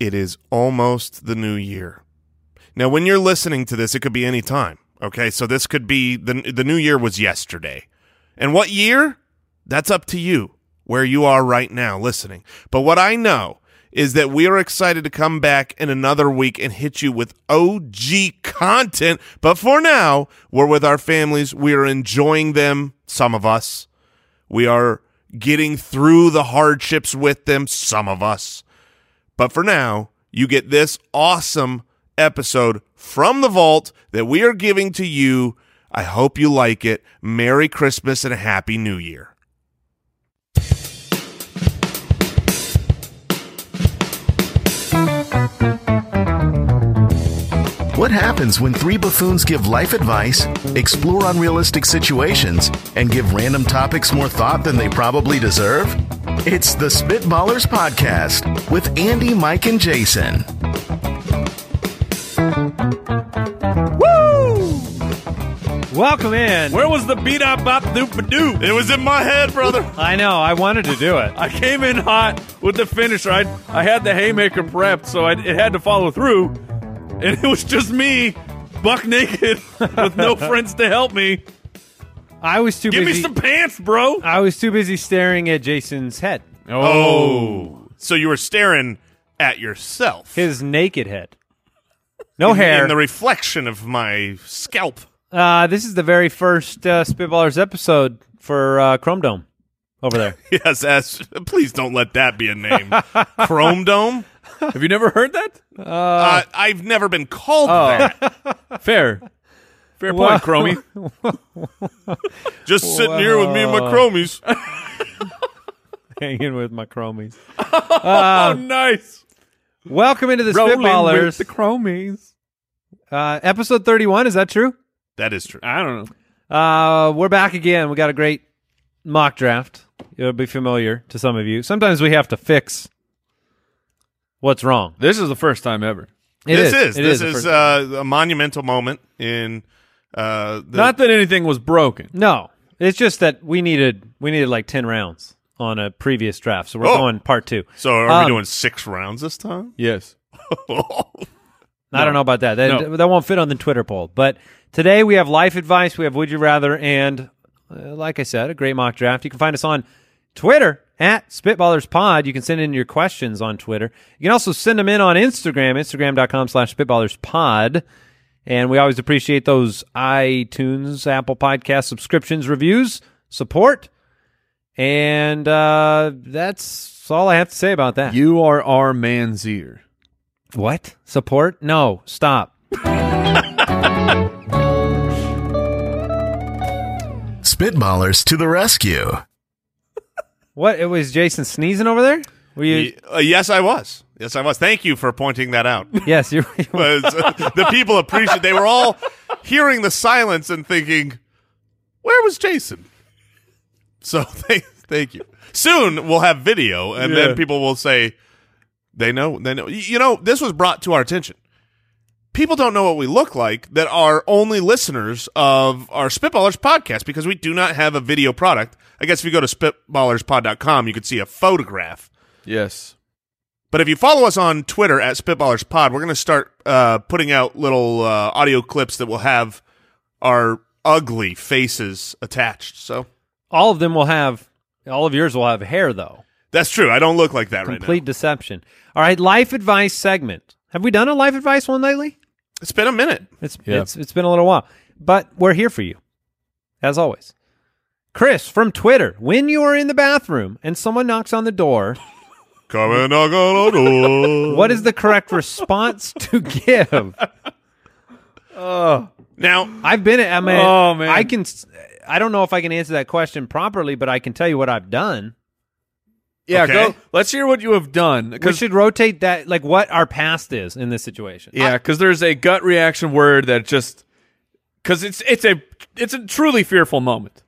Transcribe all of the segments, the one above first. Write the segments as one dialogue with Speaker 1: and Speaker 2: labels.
Speaker 1: It is almost the new year. Now, when you're listening to this, it could be any time. Okay, so this could be the the new year was yesterday, and what year? That's up to you where you are right now listening. But what I know is that we are excited to come back in another week and hit you with OG content. But for now, we're with our families. We are enjoying them, some of us. We are getting through the hardships with them, some of us. But for now, you get this awesome episode from the vault that we are giving to you. I hope you like it. Merry Christmas and a Happy New Year.
Speaker 2: What happens when three buffoons give life advice, explore unrealistic situations, and give random topics more thought than they probably deserve? It's the Spitballers Podcast with Andy, Mike, and Jason.
Speaker 3: Welcome in.
Speaker 4: Where was the beat up bop doop doo?
Speaker 1: It was in my head, brother.
Speaker 3: I know. I wanted to do it.
Speaker 4: I came in hot with the finisher. I I had the haymaker prepped, so I, it had to follow through, and it was just me, buck naked, with no friends to help me.
Speaker 3: I was too
Speaker 4: Give me
Speaker 3: busy.
Speaker 4: some pants, bro.
Speaker 3: I was too busy staring at Jason's head,
Speaker 1: Oh. So you were staring at yourself.
Speaker 3: his naked head. No hair.
Speaker 1: In the reflection of my scalp.
Speaker 3: uh, this is the very first uh, Spitballers episode for uh, Chrome Dome over there.
Speaker 1: Yes, as, please don't let that be a name. Chrome Dome?
Speaker 4: Oh. Have you never heard that?
Speaker 1: Uh, I've never been called that.
Speaker 4: Fair, fair
Speaker 3: Wow.
Speaker 4: point, Chromie.
Speaker 1: Just sitting here with me and my chromies.
Speaker 3: Hanging with my chromies.
Speaker 4: oh, nice.
Speaker 3: Welcome into the
Speaker 4: Rolling with
Speaker 3: Spitballers.
Speaker 4: the Chromies.
Speaker 3: uh, episode 31. Is that true?
Speaker 1: That is true.
Speaker 4: I don't know.
Speaker 3: Uh, we're back again. We got a great mock draft. It'll be familiar to some of you. Sometimes we have to fix what's wrong.
Speaker 4: This is the first time ever.
Speaker 3: It
Speaker 1: this is,
Speaker 3: is. It
Speaker 1: this
Speaker 3: the
Speaker 1: is,
Speaker 3: first-
Speaker 1: uh, a monumental moment in uh, the,
Speaker 4: Not that anything was broken.
Speaker 3: no. It's just that we needed we needed like ten rounds on a previous draft, so we're
Speaker 1: Oh.
Speaker 3: going part two.
Speaker 1: So are
Speaker 3: Um,
Speaker 1: we doing six rounds this time?
Speaker 4: Yes.
Speaker 3: I don't know about that. That, that won't fit on the Twitter poll. But today we have life advice, we have would you rather, and uh, like I said, a great mock draft. You can find us on Twitter at SpitballersPod. You can send in your questions on Twitter. You can also send them in on Instagram, instagram.com slash SpitballersPod. And we always appreciate those iTunes, Apple Podcast subscriptions, reviews, support. And uh, that's all I have to say about that.
Speaker 4: You are our man's ear.
Speaker 3: What? Support? No, stop.
Speaker 2: Spitballers to the rescue.
Speaker 3: What? It was Jason sneezing over there? Were you?
Speaker 1: Y- uh, yes, I was. Yes, I was. Thank you for pointing that out.
Speaker 3: Yes, you. you
Speaker 1: was the people appreciate. They were all hearing the silence and thinking, "Where was Jason?" So thank, thank you. Soon we'll have video, and
Speaker 4: Yeah.
Speaker 1: then people will say, "They know." They know. Y- You know, this was brought to our attention. People don't know what we look like that are only listeners of our Spitballers podcast because we do not have a video product. I guess if you go to spitballerspod.com, you could see a photograph
Speaker 4: Yes.
Speaker 1: but if you follow us on Twitter at Spitballers Pod, we're going to start uh, putting out little uh, audio clips that will have our ugly faces attached. So
Speaker 3: all of them will have. All of yours will have hair, though.
Speaker 1: that's true. I don't look like that right
Speaker 3: Complete deception. All right, life advice segment. Have we done a life advice one lately?
Speaker 1: now. It's been a minute.
Speaker 3: It's
Speaker 4: Yeah.
Speaker 3: it's it's been a little while, but we're here for you, as always. Chris from Twitter: When you are in the bathroom and someone knocks on the door,
Speaker 1: Come and knock on our door.
Speaker 3: what is the correct response to give?
Speaker 1: Now,
Speaker 3: I've been. I mean,
Speaker 4: Oh, man.
Speaker 3: I can. s- I don't know if I can answer that question properly, but I can tell you what I've done.
Speaker 4: Yeah.
Speaker 1: Okay.
Speaker 4: Go. Let's hear what you have done.
Speaker 3: We
Speaker 4: 'cause-
Speaker 3: should rotate that, like what our past is in this situation.
Speaker 4: Yeah, because there's a gut reaction word that just because it's it's a it's a truly fearful moment.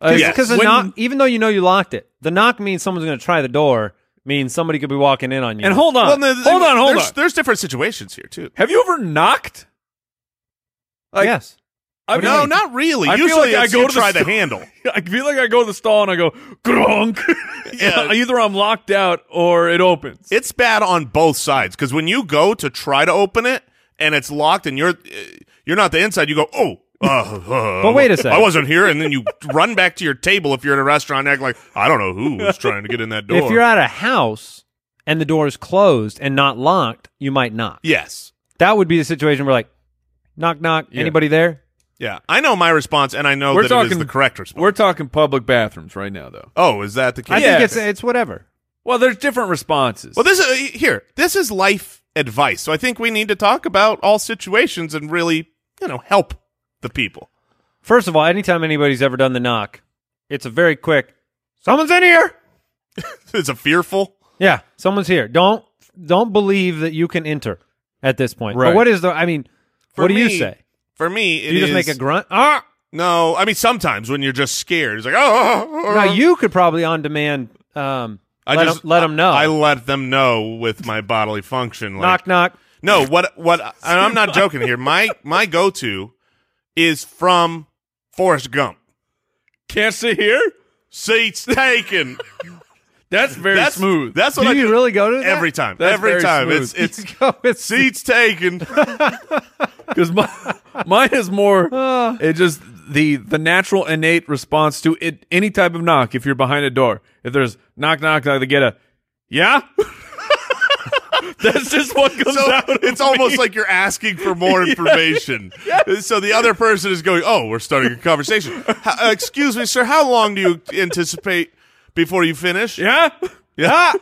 Speaker 4: Uh,
Speaker 1: Yes.
Speaker 3: Because the
Speaker 4: when-
Speaker 3: knock, even though you know you locked it, the knock means someone's going to try the door. Means somebody could be walking in on you.
Speaker 4: and hold on,
Speaker 1: well, no,
Speaker 4: hold on, hold
Speaker 1: there's,
Speaker 4: on.
Speaker 1: There's different situations here too.
Speaker 4: Have you ever knocked? Like,
Speaker 3: yes,
Speaker 4: I
Speaker 1: no, not really.
Speaker 4: I feel
Speaker 1: Usually,
Speaker 4: like I
Speaker 1: it's
Speaker 4: go
Speaker 1: you
Speaker 4: to the
Speaker 1: try the
Speaker 4: sto-
Speaker 1: handle.
Speaker 4: I feel like I go to the stall and I go gronk.
Speaker 1: Yeah.
Speaker 4: Either I'm locked out or it opens.
Speaker 1: It's bad on both sides because when you go to try to open it and it's locked and you're uh, you're not the inside, you go oh. Uh, uh,
Speaker 3: But wait a second.
Speaker 1: I wasn't here, and then you run back to your table if you're at a restaurant and act like I don't know who was trying to get in that door.
Speaker 3: If you're at a house and the door is closed and not locked, you might knock.
Speaker 1: yes,
Speaker 3: That would be the situation where like, knock knock, anybody there?
Speaker 1: yeah, I know my response, and I know
Speaker 4: We're
Speaker 1: that it is
Speaker 4: talking-
Speaker 1: the correct response.
Speaker 4: We're talking public bathrooms right now, though.
Speaker 1: Oh, is that the case?
Speaker 3: I
Speaker 4: Yes.
Speaker 3: think it's it's whatever.
Speaker 4: Well, there's different responses.
Speaker 1: Well, this is uh, here. This is life advice, so I think we need to talk about all situations and really, you know, help the people.
Speaker 3: First of all, anytime anybody's ever done the knock, it's a very quick someone's in here.
Speaker 1: it's a fearful.
Speaker 3: Yeah, someone's here. Don't don't believe that you can enter at this point. But
Speaker 4: Right.
Speaker 3: what is the I mean,
Speaker 1: For
Speaker 3: what do you
Speaker 1: me,
Speaker 3: say?
Speaker 1: For me, it
Speaker 3: Do you just
Speaker 1: is-
Speaker 3: make a grunt? Ah!
Speaker 1: No, I mean sometimes when you're just scared, it's like oh. oh, oh, oh."
Speaker 3: Now you could probably on demand um
Speaker 1: I
Speaker 3: let,
Speaker 1: just
Speaker 3: them, let 'em know.
Speaker 1: I let them know with my bodily function. Like,
Speaker 3: knock knock.
Speaker 1: No, what what? and I'm not joking here. My my go to is from Forrest Gump.
Speaker 4: can't sit here.
Speaker 1: Seats taken.
Speaker 4: That's very
Speaker 1: That's
Speaker 4: smooth.
Speaker 1: That's what
Speaker 3: Do
Speaker 1: I
Speaker 3: you
Speaker 1: do
Speaker 3: really go to that?
Speaker 1: every time.
Speaker 4: That's
Speaker 1: every
Speaker 4: very
Speaker 1: time
Speaker 4: smooth.
Speaker 1: it's it's
Speaker 3: You go with-
Speaker 1: seats taken.
Speaker 4: because mine is more. It just the the natural innate response to it any type of knock. If you're behind a door, if there's knock knock knock, they get a yeah. That's just what comes
Speaker 1: So
Speaker 4: out.
Speaker 1: it's almost like you're asking for more information. So the other person is going, "Oh, we're starting a conversation. How, uh, excuse me, sir. How long do you anticipate before you finish?"
Speaker 4: Yeah,
Speaker 1: yeah.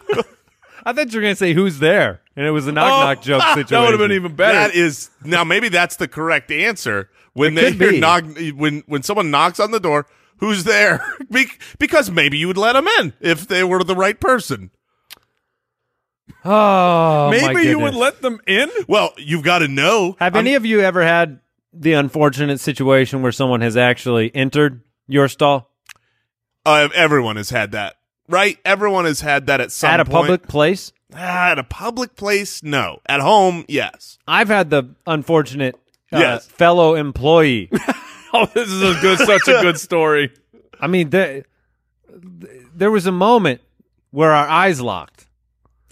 Speaker 3: I thought you were gonna say who's there, and it was a knock
Speaker 4: Oh,
Speaker 3: knock joke situation.
Speaker 4: that would have been even better.
Speaker 1: That is now maybe that's the correct answer when they
Speaker 3: could
Speaker 1: hear
Speaker 3: be.
Speaker 1: knock when when someone knocks on the door. Who's there? Be- because maybe you would let them in if they were the right person.
Speaker 3: Oh, my
Speaker 4: maybe you would
Speaker 3: goodness.
Speaker 4: let them in.
Speaker 1: Well, you've got to know.
Speaker 3: Have any of you ever had the unfortunate situation where someone has actually entered your stall
Speaker 1: Uh, everyone has had that, right? Everyone has had that at some
Speaker 3: at a
Speaker 1: point.
Speaker 3: public place?
Speaker 1: Ah, at a public place, no. At home, yes.
Speaker 3: I've had the unfortunate uh,
Speaker 1: Yes.
Speaker 3: fellow employee.
Speaker 4: Oh, this is a good, such a good story.
Speaker 3: I mean, there, there was a moment where our eyes locked.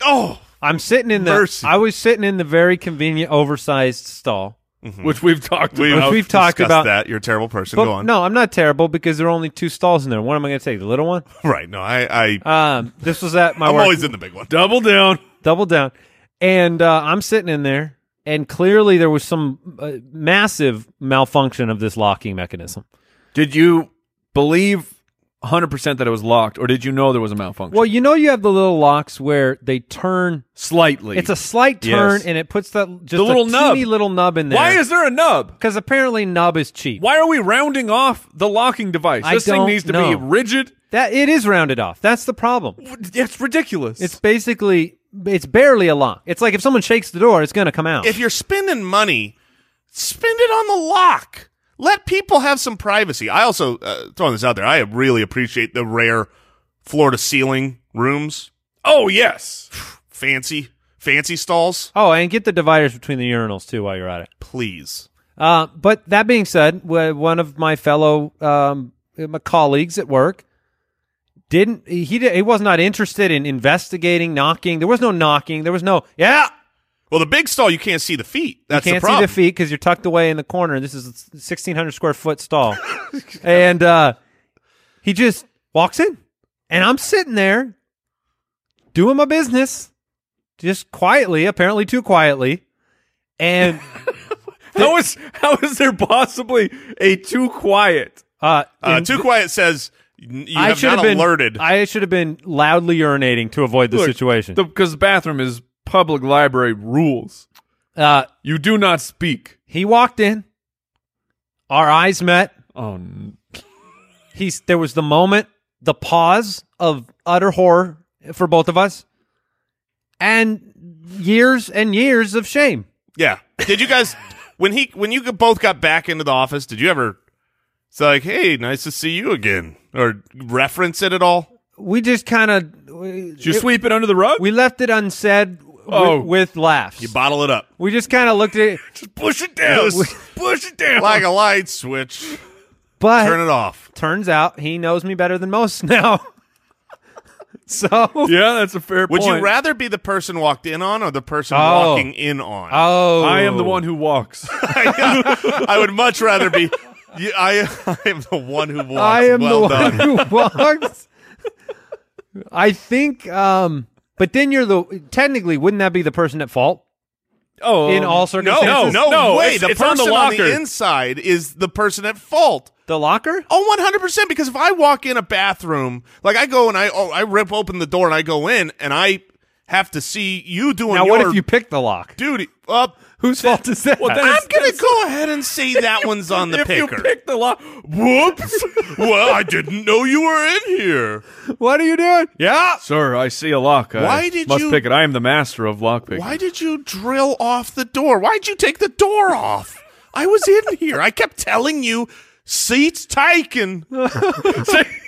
Speaker 1: Oh,
Speaker 3: I'm sitting in the.
Speaker 1: Mercy.
Speaker 3: I was sitting in the very convenient, oversized stall.
Speaker 4: Which Mm-hmm. we've talked
Speaker 1: we,
Speaker 4: about.
Speaker 3: we've talked
Speaker 1: discussed
Speaker 3: about-
Speaker 1: that. You're a terrible person.
Speaker 3: But
Speaker 1: Go on.
Speaker 3: no, I'm not terrible because there are only two stalls in there. What am I going to take? The little one.
Speaker 1: right? No, I, I,
Speaker 3: Um, this was at my
Speaker 1: I'm
Speaker 3: work.
Speaker 1: always in the big one.
Speaker 4: Double down.
Speaker 3: double down. And uh, I'm sitting in there, and clearly there was some uh, massive malfunction of this locking mechanism.
Speaker 4: Did you believe 100 percent that it was locked, or did you know there was a malfunction?
Speaker 3: Well, you know, you have the little locks where they turn.
Speaker 4: slightly.
Speaker 3: It's a slight turn,
Speaker 4: Yes.
Speaker 3: and it puts that just
Speaker 4: The little
Speaker 3: a
Speaker 4: nub.
Speaker 3: teeny little nub in there.
Speaker 4: Why is there a nub?
Speaker 3: because apparently nub is cheap.
Speaker 4: Why are we rounding off the locking device?
Speaker 3: I
Speaker 4: this thing
Speaker 3: don't
Speaker 4: needs to
Speaker 3: know.
Speaker 4: be rigid.
Speaker 3: That it is rounded off. That's the problem.
Speaker 4: It's ridiculous.
Speaker 3: It's basically it's barely a lock. It's like if someone shakes the door, it's going to come out.
Speaker 1: If you're spending money, spend it on the lock. Let people have some privacy. I also uh, throwing this out there. I really appreciate the rare floor to ceiling rooms,
Speaker 4: oh yes.
Speaker 1: fancy, fancy stalls.
Speaker 3: oh, and get the dividers between the urinals too while you're at it.
Speaker 1: Please,
Speaker 3: Uh, but that being said, wh- one of my fellow um, my colleagues at work didn't he? Did, he was not interested in investigating, knocking. There was no knocking. There was no yeah.
Speaker 1: well, the big stall you can't see the feet. That's
Speaker 3: Can't
Speaker 1: the
Speaker 3: see
Speaker 1: problem.
Speaker 3: the feet because you're tucked away in the corner. This is a sixteen hundred square foot stall, and uh, he just walks in, and I'm sitting there doing my business, just quietly, apparently too quietly, and
Speaker 4: How is how is there possibly a too quiet?
Speaker 3: uh,
Speaker 1: Uh,
Speaker 3: in-
Speaker 1: too quiet says "N- you have
Speaker 3: should
Speaker 1: not
Speaker 3: been
Speaker 1: alerted.
Speaker 3: I should have been loudly urinating to avoid the
Speaker 4: Look,
Speaker 3: situation.
Speaker 4: Because the bathroom is public library rules.
Speaker 3: uh,
Speaker 4: You do not speak.
Speaker 3: he walked in. Our eyes met.
Speaker 4: Oh, n-
Speaker 3: He's there was the moment, the pause of utter horror for both of us, and years and years of shame.
Speaker 1: Yeah. Did you guys when he when you both got back into the office? Did you ever? It's like, hey, nice to see you again, or reference it at all?
Speaker 3: We just kind of
Speaker 4: did you sweep it under the rug?
Speaker 3: we left it unsaid.
Speaker 4: Oh.
Speaker 3: with, with laughs.
Speaker 1: You bottle it up
Speaker 3: we just kind of looked at it,
Speaker 4: Just push it down. push it down.
Speaker 1: like a light switch.
Speaker 3: but
Speaker 1: Turn it off.
Speaker 3: turns out he knows me better than most now. so,
Speaker 4: yeah, that's a fair
Speaker 1: Would
Speaker 4: point.
Speaker 1: you rather be the person walked in on or the person
Speaker 3: Oh.
Speaker 1: walking in on?
Speaker 3: oh,
Speaker 4: I am the one who walks.
Speaker 1: I would much rather be. You, I, I am the one who walks.
Speaker 3: I am
Speaker 1: well
Speaker 3: the
Speaker 1: done.
Speaker 3: one who walks. I think, um, but then you're the technically wouldn't that be the person at fault
Speaker 4: oh,
Speaker 3: in all
Speaker 1: No,
Speaker 3: circumstances?
Speaker 1: no, no,
Speaker 4: No,
Speaker 1: way.
Speaker 4: it's-
Speaker 1: the
Speaker 4: it's on
Speaker 1: person
Speaker 4: the locker.
Speaker 1: inside is the person at fault.
Speaker 3: the locker.
Speaker 1: Oh, 100%. Because if I walk in a bathroom, like I go and I oh, I rip open the door and I go in and I have to see you doing
Speaker 3: Now,
Speaker 1: your
Speaker 3: what if you pick the lock?
Speaker 1: duty. Up.
Speaker 3: Whose fault is that?
Speaker 4: Well, then
Speaker 1: I'm
Speaker 4: it's-
Speaker 1: going to go ahead and say that one's on the
Speaker 4: if
Speaker 1: picker.
Speaker 4: you pick the lock,
Speaker 1: Whoops. well, I didn't know you were in here.
Speaker 3: what are you doing?
Speaker 1: Yeah.
Speaker 4: sir, I see a lock. I
Speaker 1: Why did
Speaker 4: must
Speaker 1: you-
Speaker 4: pick it? I am the master of lock picking.
Speaker 1: Why did you drill off the door? Why'd you take the door off? I was in here. I kept telling you, seats taken.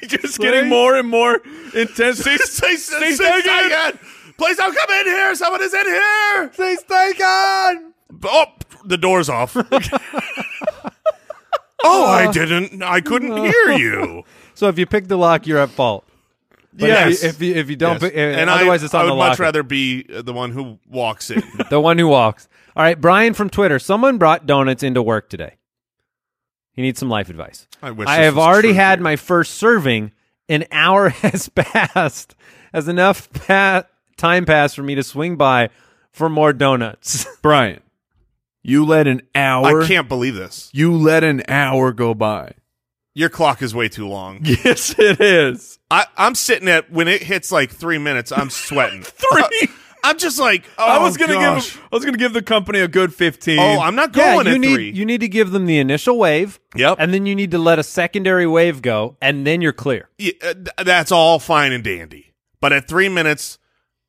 Speaker 4: Just getting more and more intense.
Speaker 1: Seats, seats, seats taken. Please don't come in here. Someone is in here.
Speaker 3: He's taken.
Speaker 1: Oh, the door's off. oh,
Speaker 3: Uh,
Speaker 1: I didn't. I couldn't hear you.
Speaker 3: So if you pick the lock, you're at fault. But
Speaker 1: Yes.
Speaker 3: If you, if you, if you don't, pick,
Speaker 1: And
Speaker 3: otherwise
Speaker 1: I,
Speaker 3: it's on
Speaker 1: I would
Speaker 3: the
Speaker 1: much
Speaker 3: locker.
Speaker 1: rather be uh, the one who walks in.
Speaker 3: The one who walks. All right, Brian from Twitter. Someone brought donuts into work today. He needs some life advice.
Speaker 1: I wish
Speaker 3: I
Speaker 1: this
Speaker 3: have
Speaker 1: was
Speaker 3: already
Speaker 1: true
Speaker 3: had
Speaker 1: here.
Speaker 3: my first serving. An hour has passed. Has enough pa- time passed for me to swing by for more donuts?
Speaker 4: Brian, you let an hour.
Speaker 1: I can't believe this.
Speaker 4: You let an hour go by.
Speaker 1: Your clock is way too long.
Speaker 4: Yes, it is.
Speaker 1: I, I'm sitting at when it hits like three minutes, I'm sweating.
Speaker 4: Three?
Speaker 1: I, am just like, oh,
Speaker 4: I was gonna
Speaker 1: gosh.
Speaker 4: give. I was gonna give the company a good fifteen.
Speaker 1: Oh, I'm not
Speaker 3: yeah,
Speaker 1: going
Speaker 3: you
Speaker 1: at
Speaker 3: need
Speaker 1: three.
Speaker 3: you need to give them the initial wave.
Speaker 1: Yep.
Speaker 3: And then you need to let a secondary wave go, and then you're clear.
Speaker 1: Yeah, uh, th- that's all fine and dandy. But at three minutes,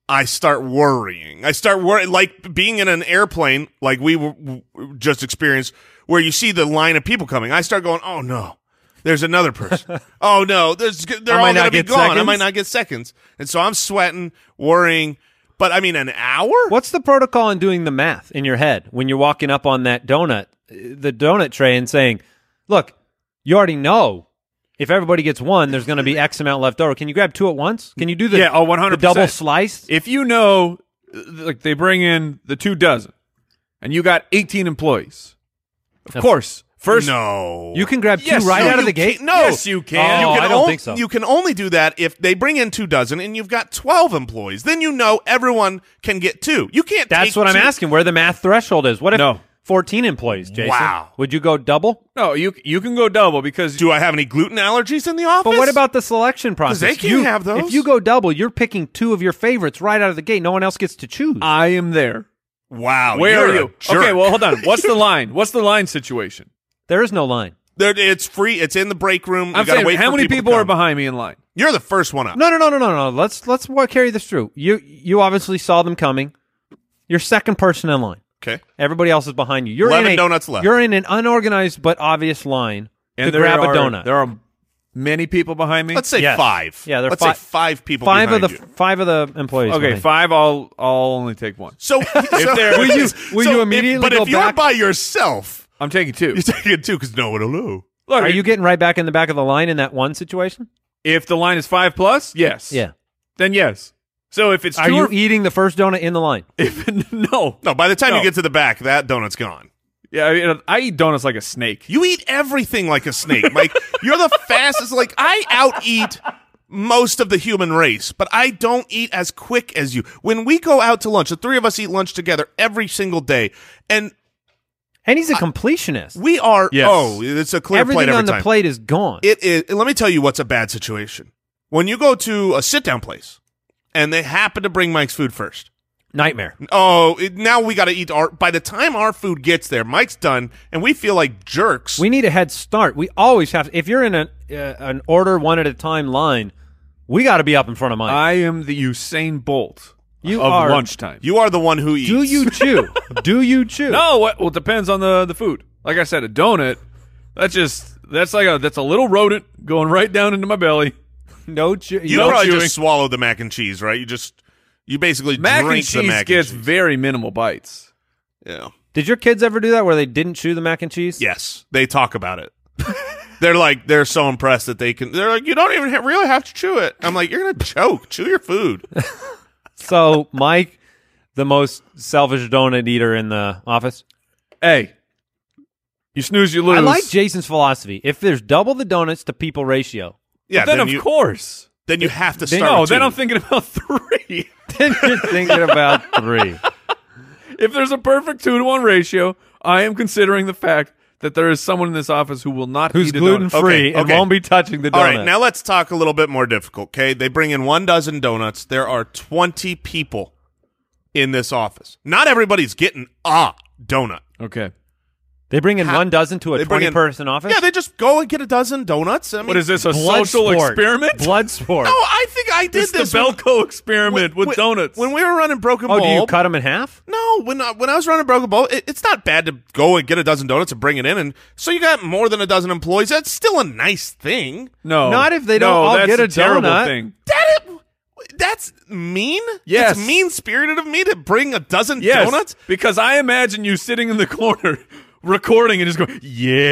Speaker 1: I start worrying. I start worrying, like being in an airplane, like we were, w- just experienced, where you see the line of people coming. I start going, oh no, there's another person. oh no, there's g- they're
Speaker 3: I might
Speaker 1: all gonna
Speaker 3: not
Speaker 1: be
Speaker 3: get
Speaker 1: gone. I
Speaker 3: seconds.
Speaker 1: might not get seconds, and so I'm sweating, worrying. But I mean, an hour?
Speaker 3: What's the protocol in doing the math in your head when you're walking up on that donut, the donut tray, and saying, "Look, you already know if everybody gets one, there's going to be X amount left over. Can you grab two at once? Can you do the
Speaker 4: Yeah, oh, 100%.
Speaker 3: the double slice?
Speaker 4: If you know, uh, like they bring in the two dozen, and you got eighteen employees, of course. First,
Speaker 1: No,
Speaker 3: You can grab two
Speaker 1: Yes,
Speaker 3: right
Speaker 1: no,
Speaker 3: out of
Speaker 1: you
Speaker 3: the gate.
Speaker 1: can't- No,
Speaker 4: Yes, you can.
Speaker 3: Oh,
Speaker 1: you can
Speaker 3: I don't
Speaker 1: on-
Speaker 3: think so.
Speaker 1: You can only do that if they bring in two dozen and you've got twelve employees. Then you know everyone can get two. You can't.
Speaker 3: That's
Speaker 1: take
Speaker 3: what I'm
Speaker 1: two-
Speaker 3: asking. Where the math threshold is? What if
Speaker 4: No.
Speaker 3: 14 employees? Jason,
Speaker 1: Wow.
Speaker 3: would you go double?
Speaker 4: no, you you can go double because
Speaker 1: Do I have any gluten allergies in the office?
Speaker 3: But what about the selection process?
Speaker 1: they can't
Speaker 3: You-
Speaker 1: have those.
Speaker 3: If you go double, you're picking two of your favorites right out of the gate. No one else gets to choose.
Speaker 4: I am there.
Speaker 1: Wow,
Speaker 4: Where
Speaker 1: you're
Speaker 4: are
Speaker 1: a
Speaker 4: you?
Speaker 1: jerk.
Speaker 4: Okay, well, hold on. What's the line? What's the line situation?
Speaker 3: there is no line.
Speaker 1: There- it's free. It's in the break room.
Speaker 4: I'm
Speaker 1: you gotta
Speaker 4: saying,
Speaker 1: wait
Speaker 4: how
Speaker 1: for
Speaker 4: many
Speaker 1: people,
Speaker 4: people
Speaker 1: to
Speaker 4: are
Speaker 1: come.
Speaker 4: behind me in line?
Speaker 1: You're the first one up.
Speaker 3: No, no, no, no, no, no. Let's let's wa- carry this through. You you obviously saw them coming. You're second person in line.
Speaker 1: Okay,
Speaker 3: Everybody else is behind you. You're
Speaker 1: 11
Speaker 3: in a,
Speaker 1: donuts left.
Speaker 3: You're in an unorganized but obvious line to
Speaker 4: there
Speaker 3: grab
Speaker 4: are,
Speaker 3: a donut.
Speaker 4: There are many people behind me.
Speaker 1: let's say
Speaker 3: Yes.
Speaker 1: five.
Speaker 3: Yeah, there are
Speaker 1: let's
Speaker 3: fi-
Speaker 1: say five people.
Speaker 3: five of the
Speaker 1: behind you.
Speaker 3: five of the employees.
Speaker 4: okay,
Speaker 3: behind.
Speaker 4: five. I'll I'll only take one.
Speaker 1: So, so
Speaker 4: there- Will
Speaker 3: you- will
Speaker 1: so
Speaker 3: you
Speaker 1: if-
Speaker 3: immediately
Speaker 1: But
Speaker 3: go
Speaker 1: if you're
Speaker 3: back?
Speaker 1: by yourself,
Speaker 4: I'm taking two.
Speaker 1: you're taking two because no one will know.
Speaker 4: Look,
Speaker 3: Are you getting right back in the back of the line in that one situation?
Speaker 4: If the line is five plus, yes. Then yes. So if it's two
Speaker 3: Are you
Speaker 4: or-
Speaker 3: eating the first donut in the line?
Speaker 4: if no,
Speaker 1: No, by the time
Speaker 4: No.
Speaker 1: you get to the back, that donut's gone.
Speaker 4: yeah, I, mean, I eat donuts like a snake.
Speaker 1: You eat everything like a snake. Like you're the fastest. Like I out eat most of the human race, but I don't eat as quick as you. When we go out to lunch, the three of us eat lunch together every single day, and
Speaker 3: And he's a completionist.
Speaker 1: we are.
Speaker 4: Yes.
Speaker 1: Oh, it's a clear
Speaker 3: Everything
Speaker 1: plate every
Speaker 3: on the
Speaker 1: time.
Speaker 3: plate is gone.
Speaker 1: It is. Let me tell you what's a bad situation. When you go to a sit down place, and they happen to bring Mike's food first.
Speaker 3: Nightmare.
Speaker 1: Oh, it, now we got to eat our. By the time our food gets there, Mike's done, and we feel like jerks.
Speaker 3: We need a head start. We always have. If you're in an uh, an order one at a time line, we got to be up in front of mine.
Speaker 4: I am the Usain Bolt
Speaker 3: You
Speaker 4: of
Speaker 3: are-
Speaker 4: lunchtime.
Speaker 1: you are the one who eats.
Speaker 3: Do you chew? Do you chew?
Speaker 4: no, what, well, it depends on the the food. Like I said, a donut. That's just that's like a that's a little rodent going right down into my belly.
Speaker 3: no chew.
Speaker 1: You
Speaker 3: no
Speaker 1: probably
Speaker 4: chewing.
Speaker 1: just swallowed the mac and cheese, right? You just You basically
Speaker 4: Mac
Speaker 1: drink
Speaker 4: and cheese
Speaker 1: the mac and
Speaker 4: gets
Speaker 1: cheese.
Speaker 4: very minimal bites.
Speaker 1: yeah.
Speaker 3: Did your kids ever do that where they didn't chew the mac and cheese?
Speaker 1: Yes, they talk about it. they're like they're so impressed that they can. They're like, you don't even ha- really have to chew it. I'm like, you're gonna choke. Chew your food.
Speaker 3: So Mike, the most selfish donut eater in the office.
Speaker 4: Hey, you snooze, you lose.
Speaker 3: I like Jason's philosophy. If there's double the donuts to people ratio,
Speaker 1: Yeah.
Speaker 4: then, of
Speaker 1: you,
Speaker 4: course.
Speaker 1: Then you have to start.
Speaker 4: no,
Speaker 1: with
Speaker 4: then
Speaker 1: two.
Speaker 4: I'm thinking about three.
Speaker 3: then you're thinking about three.
Speaker 4: if there's a perfect two to one ratio, I am considering the fact that there is someone in this office who will not
Speaker 3: Who's
Speaker 4: eat a
Speaker 3: gluten
Speaker 4: donut.
Speaker 3: free
Speaker 1: Okay,
Speaker 3: and
Speaker 1: okay.
Speaker 3: won't be touching the donut.
Speaker 1: All right, now let's talk a little bit more difficult. Okay, they bring in one dozen donuts. There are twenty people in this office. Not everybody's getting a donut.
Speaker 4: Okay.
Speaker 3: they bring in
Speaker 1: How-
Speaker 3: one dozen to a
Speaker 1: They bring in-
Speaker 3: twenty-person office.
Speaker 1: Yeah, they just go and get a dozen donuts. I mean,
Speaker 4: What is this? A
Speaker 3: Blood
Speaker 4: social
Speaker 3: sport.
Speaker 4: experiment?
Speaker 3: Blood sport.
Speaker 1: No, I think I did
Speaker 4: It's
Speaker 1: this
Speaker 4: the
Speaker 1: when-
Speaker 4: Belco experiment with,
Speaker 1: when-
Speaker 4: donuts.
Speaker 1: When we were running Broken
Speaker 3: oh,
Speaker 1: Bowl,
Speaker 3: do you cut them in half?
Speaker 1: No, when I, when I was running Broken Bowl, it, it's not bad to go and get a dozen donuts and bring it in, and so you got more than a dozen employees. That's still a nice thing.
Speaker 4: no,
Speaker 3: Not if they don't
Speaker 4: No,
Speaker 3: all
Speaker 4: that's
Speaker 3: get a
Speaker 4: terrible
Speaker 3: donut.
Speaker 4: Thing.
Speaker 1: That it, that's mean.
Speaker 4: Yes.
Speaker 1: it's mean spirited of me to bring a dozen
Speaker 4: Yes,
Speaker 1: donuts.
Speaker 4: because I imagine you sitting in the corner recording and just going,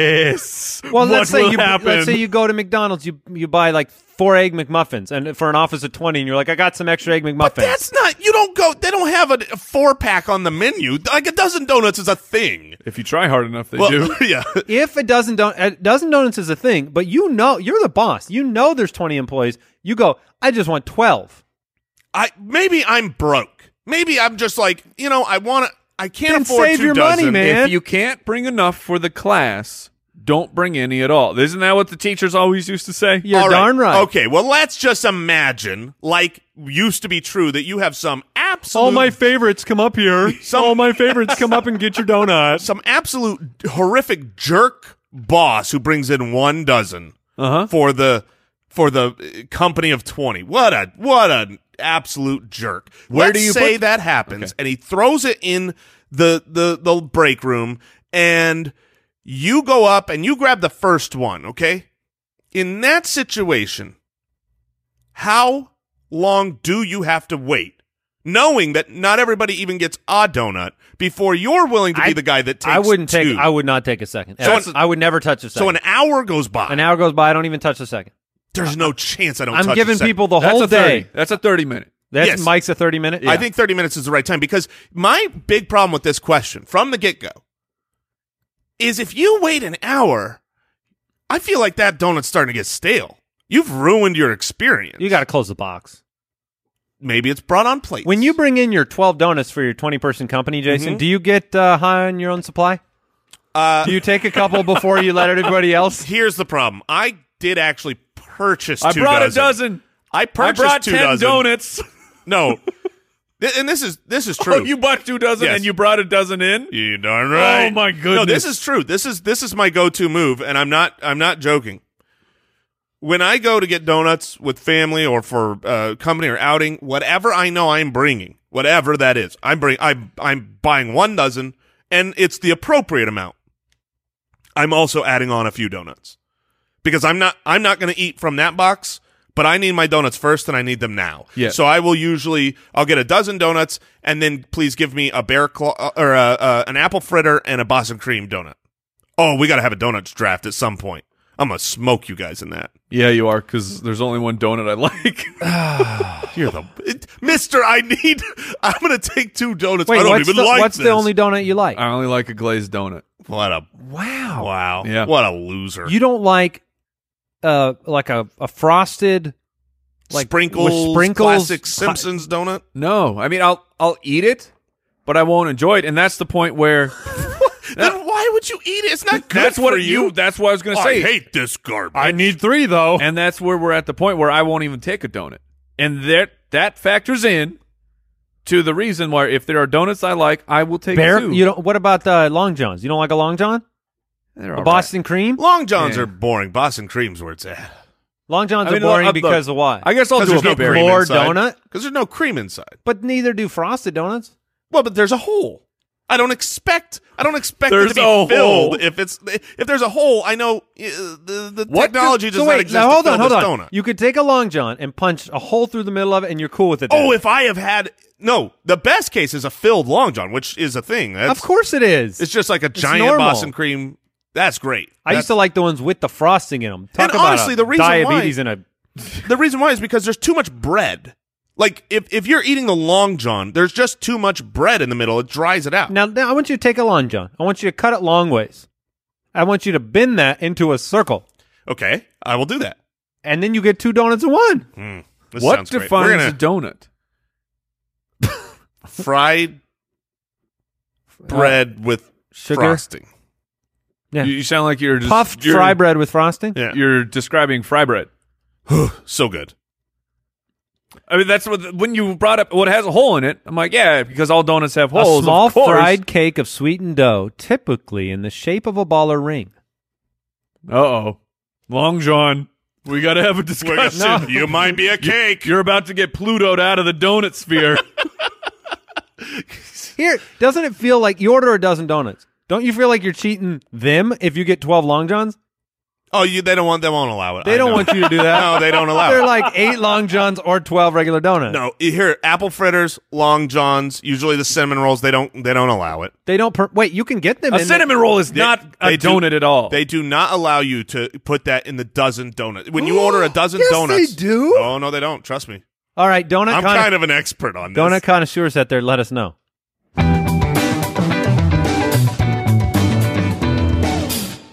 Speaker 4: "Yes."
Speaker 3: Well,
Speaker 4: what
Speaker 3: let's say
Speaker 4: will
Speaker 3: you
Speaker 4: happen?
Speaker 3: let's say you go to McDonald's, you you buy like four egg McMuffins, and for an office of twenty, and you're like, I got some extra egg McMuffins.
Speaker 1: But that's not. You don't go. They don't have a, a four pack on the menu. Like a dozen donuts is a thing.
Speaker 4: if you try hard enough, they do.
Speaker 1: yeah.
Speaker 3: if a dozen don a dozen donuts is a thing, but you know you're the boss, you know there's twenty employees. You go, I just want twelve.
Speaker 1: I maybe I'm broke. Maybe I'm just like you know. I want to. I can't
Speaker 3: Then
Speaker 1: afford
Speaker 3: save
Speaker 1: two
Speaker 3: your money,
Speaker 1: dozen.
Speaker 3: man.
Speaker 4: If you can't bring enough for the class, don't bring any at all. Isn't that what the teachers always used to say?
Speaker 3: You're
Speaker 1: All
Speaker 3: darn right.
Speaker 1: Okay, well, let's just imagine, like used to be true, that you have some absolute,
Speaker 3: favorites come up here. All my favorites come up and get your donuts.
Speaker 1: some absolute horrific jerk boss who brings in one dozen
Speaker 4: Uh-huh.
Speaker 1: for the for the uh, company of twenty. What a what an absolute jerk! Where
Speaker 4: do you
Speaker 1: say
Speaker 4: put-
Speaker 1: that happens? And he throws it in the the the break room, and you go up and you grab the first one. Okay, in that situation, how long do you have to wait? Knowing that not everybody even gets a donut before you're willing to be
Speaker 3: I-
Speaker 1: the guy that takes
Speaker 3: I wouldn't
Speaker 1: two.
Speaker 3: take. I would not take a second.
Speaker 1: So
Speaker 3: Ever.
Speaker 1: an-
Speaker 3: I would never touch a second.
Speaker 1: so an hour goes by.
Speaker 3: An hour goes by. I don't even touch a second.
Speaker 1: There's no chance I don't. touch
Speaker 3: I'm
Speaker 1: a
Speaker 3: giving
Speaker 1: second.
Speaker 3: people the
Speaker 4: That's
Speaker 3: whole
Speaker 4: a 30.
Speaker 3: day.
Speaker 4: That's a 30 minute.
Speaker 3: That's
Speaker 1: Yes.
Speaker 3: Mike's a thirty minute.
Speaker 1: I think 30 minutes is the right time because my big problem with this question from the get go is if you wait an hour, I feel like that donut's starting to get stale. You've ruined your experience.
Speaker 3: you got to close the box.
Speaker 1: maybe it's brought on plates.
Speaker 3: When you bring in your twelve donuts for your twenty person company, Jason, do you get uh, high on your own supply?
Speaker 1: Mm-hmm. uh,
Speaker 3: Do you take a couple before you let everybody else?
Speaker 1: here's the problem. I did actually purchase.
Speaker 4: I
Speaker 1: two
Speaker 4: brought
Speaker 1: dozen.
Speaker 4: a dozen.
Speaker 1: I
Speaker 4: I
Speaker 1: purchased
Speaker 4: brought
Speaker 1: two
Speaker 4: 10
Speaker 1: dozen.
Speaker 4: donuts.
Speaker 1: No, Th- and this is this is true.
Speaker 4: Oh, you bought two dozen
Speaker 1: Yes.
Speaker 4: and you brought a dozen in?
Speaker 1: You darn right.
Speaker 4: Oh, my
Speaker 1: No, this
Speaker 4: goodness.
Speaker 1: is true. This is this is my go-to move, and I'm not I'm not joking. When I go to get donuts with family or for uh, company or outing, whatever I know I'm bringing, whatever that is, I'm bring I'm I'm buying one dozen, and it's the appropriate amount. I'm also adding on a few donuts because I'm not I'm not going to eat from that box, but I need my donuts first and I need them now.
Speaker 4: Yeah.
Speaker 1: So I will usually I'll get a dozen donuts and then please give me a bear claw or a, uh an apple fritter and a Boston cream donut. Oh, we got to have a donuts draft at some point. I'm gonna smoke you guys in that.
Speaker 4: Yeah, you are, because there's only one donut I like.
Speaker 1: You're the it- Mister. I need. I'm gonna take two donuts. I
Speaker 3: Wait,
Speaker 1: don't
Speaker 3: what's,
Speaker 1: even
Speaker 3: the,
Speaker 1: like
Speaker 3: what's
Speaker 1: this.
Speaker 3: the only donut you like?
Speaker 4: I only like a glazed donut.
Speaker 1: What a
Speaker 3: wow.
Speaker 1: wow.
Speaker 4: Yeah.
Speaker 1: What a loser.
Speaker 3: You don't like uh like a, a frosted like
Speaker 1: sprinkles,
Speaker 3: with sprinkles
Speaker 1: classic
Speaker 3: cla-
Speaker 1: Simpsons donut.
Speaker 4: No, I mean, I'll I'll eat it, but I won't enjoy it. And that's the point where
Speaker 1: Then why would you eat it? It's not good
Speaker 4: that's what
Speaker 1: for
Speaker 4: you, that's what I was going to
Speaker 1: I
Speaker 4: say.
Speaker 1: hate this garbage.
Speaker 3: need three though.
Speaker 4: and that's where we're at the point where I won't even take a donut. And that that factors in to the reason why if there are donuts I like, I will take
Speaker 3: Bear,
Speaker 4: two.
Speaker 3: you don't. What about uh, long johns? You don't like a long john?
Speaker 4: They're
Speaker 3: A
Speaker 4: all
Speaker 3: Boston cream?
Speaker 1: Long Johns
Speaker 4: Yeah.
Speaker 1: are boring. Boston cream's where it's at.
Speaker 3: Long johns
Speaker 4: I mean,
Speaker 3: are boring
Speaker 4: I'll- I'll-
Speaker 3: because of why?
Speaker 4: right. I guess I'll
Speaker 1: Because
Speaker 4: do a
Speaker 1: there's no
Speaker 4: bear.
Speaker 1: cream
Speaker 3: More
Speaker 1: inside.
Speaker 3: donut?
Speaker 1: Because there's no cream inside.
Speaker 3: but neither do frosted donuts.
Speaker 1: Well, but there's a hole. I don't expect. I don't expect
Speaker 4: There's
Speaker 1: it to be
Speaker 4: a hole.
Speaker 1: filled. If it's if there's a hole, I know uh, the, the
Speaker 4: What
Speaker 1: technology
Speaker 3: So
Speaker 1: does not
Speaker 3: wait,
Speaker 1: exist.
Speaker 3: now
Speaker 1: to
Speaker 3: hold
Speaker 1: fill
Speaker 3: on, hold
Speaker 1: this
Speaker 3: on.
Speaker 1: donut.
Speaker 3: You could take a long john and punch a hole through the middle of it, and you're cool with it. then.
Speaker 1: Oh, if I have had no, the best case is a filled long john, which is a thing. That's,
Speaker 3: of course it is.
Speaker 1: it's just like a giant
Speaker 3: normal.
Speaker 1: Boston cream. That's great.
Speaker 3: I used to like the ones with the frosting in them. Talk
Speaker 1: And
Speaker 3: about
Speaker 1: honestly,
Speaker 3: a
Speaker 1: the reason why-
Speaker 3: diabetes in a
Speaker 1: The reason why is because there's too much bread. Like if if you're eating the long john, there's just too much bread in the middle. It dries it out.
Speaker 3: Now, now I want you to take a long john. I want you to cut it long ways. I want you to bend that into a circle,
Speaker 1: Okay, I will do that.
Speaker 3: and then you get two donuts in one.
Speaker 1: Mm, this
Speaker 4: what
Speaker 1: sounds great. We're
Speaker 4: defines a
Speaker 1: gonna
Speaker 4: donut?
Speaker 1: fried bread with
Speaker 3: uh, sugar?
Speaker 1: frosting.
Speaker 3: Yeah.
Speaker 4: You, you sound like you're just
Speaker 3: Puffed
Speaker 4: you're,
Speaker 3: fry bread with frosting.
Speaker 1: Yeah,
Speaker 4: You're describing fry bread.
Speaker 1: so good.
Speaker 4: I mean, that's what when you brought up what has a hole in it. I'm like, yeah, because all donuts have
Speaker 3: A
Speaker 4: holes. of
Speaker 3: small
Speaker 4: course.
Speaker 3: fried cake of sweetened dough, typically in the shape of a ball or ring.
Speaker 4: Uh oh, Long John. We got to have a discussion.
Speaker 1: You might be a cake.
Speaker 4: You're about to get Plutoed out of the donut sphere.
Speaker 3: Here, doesn't it feel like you order a dozen donuts? Don't you feel like you're cheating them if you get twelve long johns?
Speaker 1: Oh, you, they don't want. They won't allow it.
Speaker 3: They
Speaker 1: I
Speaker 3: don't
Speaker 1: know.
Speaker 3: want you to do that.
Speaker 1: No, they don't allow
Speaker 3: They're
Speaker 1: it.
Speaker 3: like eight long johns or twelve regular donuts.
Speaker 1: No, here apple fritters, long johns, usually the cinnamon rolls. They don't. They don't allow it.
Speaker 3: they don't. Per- Wait, you can get them.
Speaker 4: a
Speaker 3: in
Speaker 4: cinnamon roll is not a
Speaker 1: they do-
Speaker 4: donut at all.
Speaker 1: Oh. They do not allow you to put that in the dozen donuts. When you order a dozen
Speaker 3: Yes, they
Speaker 1: donuts,
Speaker 3: do.
Speaker 1: Oh no, they don't. Trust me.
Speaker 3: All right, donut.
Speaker 1: I'm
Speaker 3: connoisseur-
Speaker 1: kind of an expert on this.
Speaker 3: donut connoisseurs out there, let us know.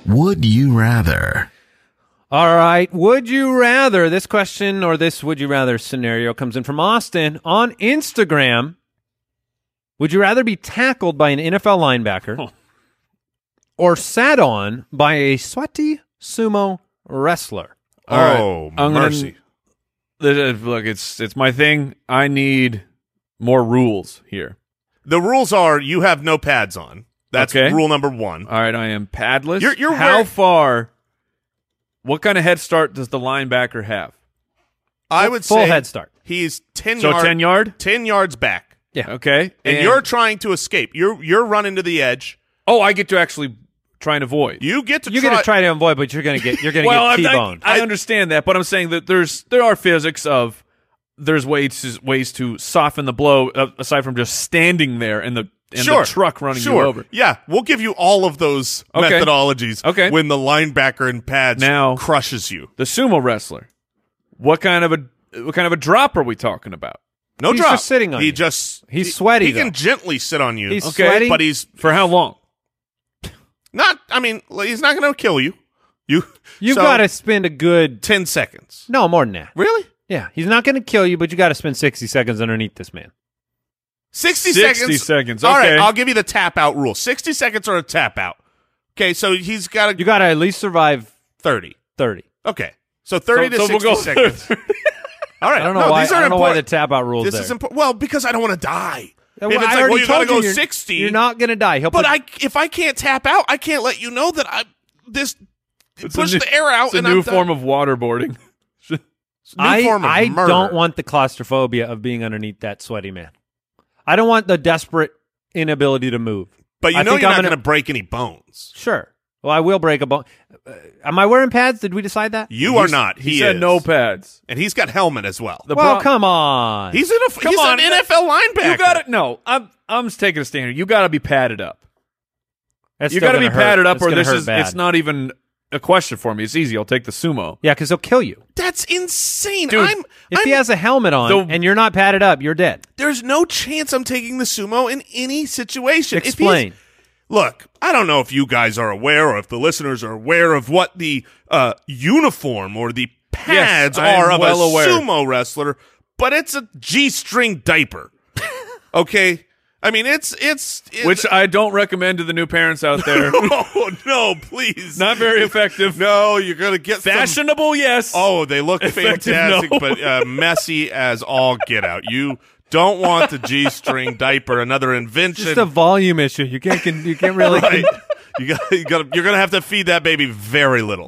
Speaker 2: Would you rather?
Speaker 3: All right. Would you rather? This question or this would you rather scenario comes in from Austin on Instagram. Would you rather be tackled by an NFL linebacker or sat on by a sweaty sumo wrestler?
Speaker 1: Oh
Speaker 4: All right, I'm gonna-
Speaker 1: mercy.
Speaker 4: This is- Look, it's it's my thing. I need more rules here.
Speaker 1: The rules are you have no pads on. That's
Speaker 4: Okay.
Speaker 1: rule number one.
Speaker 4: All right, I am padless.
Speaker 1: You're- you're
Speaker 4: how
Speaker 1: wearing-
Speaker 4: far? What kind of head start does the linebacker have?
Speaker 1: I would
Speaker 3: full
Speaker 1: say
Speaker 3: head start.
Speaker 1: He's ten
Speaker 4: So
Speaker 1: yard-
Speaker 4: ten yard.
Speaker 1: 10 yards back,
Speaker 4: Okay,
Speaker 1: and, you're trying to escape. You're you're running to the edge.
Speaker 4: oh, I get to actually try and avoid.
Speaker 1: You get to
Speaker 3: You're
Speaker 1: try.
Speaker 3: gonna try to avoid, but you're gonna get you're gonna
Speaker 4: well,
Speaker 3: get
Speaker 4: I,
Speaker 3: T-boned.
Speaker 4: I, I understand that, but I'm saying that there's there are physics of there's ways to, ways to soften the blow uh, aside from just standing there and the and
Speaker 1: sure.
Speaker 4: the truck running
Speaker 1: sure.
Speaker 4: you over.
Speaker 1: Yeah, we'll give you all of those
Speaker 4: Okay.
Speaker 1: methodologies.
Speaker 4: Okay.
Speaker 1: When the linebacker in pads
Speaker 4: Now-
Speaker 1: crushes you,
Speaker 4: The sumo wrestler. What kind of a what kind of a drop are we talking about?
Speaker 1: no
Speaker 3: He's
Speaker 1: drop.
Speaker 3: just sitting on
Speaker 1: he
Speaker 3: you.
Speaker 1: just
Speaker 3: He's
Speaker 1: he-
Speaker 3: sweaty,
Speaker 1: He
Speaker 3: though.
Speaker 1: can gently sit on you.
Speaker 3: He's
Speaker 4: Okay,
Speaker 3: sweaty.
Speaker 1: but he's
Speaker 4: For how long?
Speaker 1: not. I mean, he's not gonna kill you. You
Speaker 3: You've
Speaker 1: so,
Speaker 3: got to spend a good
Speaker 1: ten seconds.
Speaker 3: no more than that.
Speaker 1: Really?
Speaker 3: Yeah, he's not gonna kill you, but you got to spend sixty seconds underneath this man.
Speaker 1: 60 seconds.
Speaker 4: 60 seconds,
Speaker 1: All right,
Speaker 4: okay.
Speaker 1: I'll give you the tap out rule. 60 seconds or a tap out. Okay, so he's got
Speaker 3: You
Speaker 1: a
Speaker 3: got to at least survive
Speaker 1: 30.
Speaker 3: thirty.
Speaker 1: Okay. So 30
Speaker 4: So-
Speaker 1: to
Speaker 4: so
Speaker 1: 60
Speaker 4: we'll go
Speaker 1: seconds. All right.
Speaker 3: I don't know
Speaker 1: no,
Speaker 3: why.
Speaker 1: These
Speaker 3: I
Speaker 1: are
Speaker 3: don't know why the
Speaker 1: important.
Speaker 3: tap out rules.
Speaker 1: this
Speaker 3: there.
Speaker 1: is important. Well, because I don't want to die.
Speaker 3: Yeah,
Speaker 1: if
Speaker 3: well,
Speaker 1: it's
Speaker 3: I
Speaker 1: like, well,
Speaker 3: already
Speaker 1: you gotta
Speaker 3: told you
Speaker 1: go
Speaker 3: you're-
Speaker 1: 60.
Speaker 3: You're not gonna die. He'll
Speaker 1: But
Speaker 3: put,
Speaker 1: I, if I can't tap out, I can't let you know that I this
Speaker 4: It's a
Speaker 1: push
Speaker 4: new-
Speaker 1: the air out.
Speaker 4: It's a
Speaker 1: Oh, and
Speaker 4: new
Speaker 1: I'm done.
Speaker 4: form of waterboarding.
Speaker 1: New
Speaker 3: I,
Speaker 1: form of
Speaker 3: I
Speaker 1: murder.
Speaker 3: don't want the claustrophobia of being underneath that sweaty man. I don't want the desperate inability to move.
Speaker 1: But you
Speaker 3: I
Speaker 1: know
Speaker 3: think
Speaker 1: you're not
Speaker 3: I'm gonna-
Speaker 1: going to break any bones.
Speaker 3: Sure. Well, I will break a bone. Uh, am I wearing pads? Did we decide that?
Speaker 1: You are not. He,
Speaker 4: he said
Speaker 1: is.
Speaker 4: no pads.
Speaker 1: and he's got helmet as well.
Speaker 4: The
Speaker 3: well,
Speaker 4: prob-
Speaker 3: come on.
Speaker 1: he's in a,
Speaker 4: Come
Speaker 1: he's
Speaker 4: on.
Speaker 1: an NFL linebacker.
Speaker 4: You got to No, I'm I'm just taking a standard. You got to be padded up.
Speaker 3: That's
Speaker 4: you
Speaker 3: still
Speaker 4: got to be
Speaker 3: gonna hurt.
Speaker 4: padded up,
Speaker 3: That's
Speaker 4: or
Speaker 3: gonna
Speaker 4: this
Speaker 3: hurt
Speaker 4: is
Speaker 3: bad.
Speaker 4: it's not even a question for me. It's easy. I'll take the sumo.
Speaker 3: Yeah, because he'll kill you
Speaker 1: That's insane.
Speaker 4: Dude,
Speaker 1: I'm,
Speaker 3: if
Speaker 1: I'm
Speaker 3: he has a helmet on
Speaker 4: The-
Speaker 3: and you're not padded up. You're dead.
Speaker 1: there's no chance I'm taking the sumo in any situation. If he's-
Speaker 3: Explain.
Speaker 1: Look, I don't know if you guys are aware or if the listeners are aware of what the uh, uniform or the pads
Speaker 4: I am
Speaker 1: are of
Speaker 4: well
Speaker 1: a
Speaker 4: aware.
Speaker 1: sumo wrestler, but it's a G-string diaper. okay, I mean it's it's, it's
Speaker 4: which I don't recommend to the new parents out there.
Speaker 1: oh no, please,
Speaker 4: Not very effective.
Speaker 1: No, you're gonna get some-
Speaker 4: Fashionable, yes.
Speaker 1: Oh, they look
Speaker 4: Effective,
Speaker 1: fantastic,
Speaker 4: no.
Speaker 1: but uh, messy as all get out. You don't want the G string diaper, another invention.
Speaker 3: Just a volume issue. You can't. Can, you can't really.
Speaker 1: Right. You got, you got, you're going to have to feed that baby very little.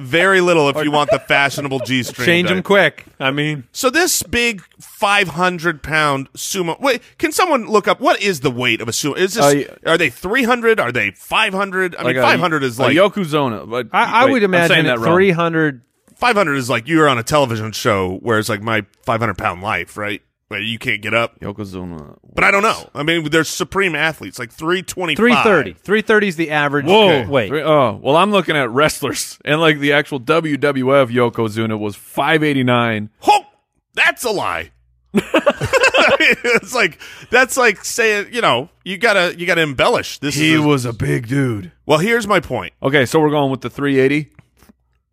Speaker 1: very little if you want the fashionable G string.
Speaker 3: Change them quick. I mean,
Speaker 1: So this big 500 pound sumo. Wait, can someone look up what is the weight of a sumo? Is this
Speaker 4: Uh, yeah.
Speaker 1: are they 300? Are they 500? I mean, 500 is like
Speaker 4: a yokozuna. But
Speaker 3: I, I
Speaker 4: wait,
Speaker 3: would
Speaker 4: I'm saying
Speaker 3: imagine
Speaker 4: that
Speaker 3: at
Speaker 4: wrong.
Speaker 3: 300.
Speaker 1: 500 is like you're on a television show where it's like my 500 pound life, right? Where you can't get up.
Speaker 4: Yokozuna.
Speaker 1: But I don't know. I mean, they're supreme athletes, like 325.
Speaker 3: 330. 330 is the average
Speaker 4: Whoa!
Speaker 3: weight.
Speaker 4: Three- oh, well, I'm looking at wrestlers, and like the actual WWF yokozuna was 589.
Speaker 1: Ho! That's a lie. it's like that's like saying, you know, you gotta you gotta embellish. This
Speaker 4: He
Speaker 1: is a-
Speaker 4: was a big dude.
Speaker 1: well. Here's my point.
Speaker 4: Okay, so we're going with the 380.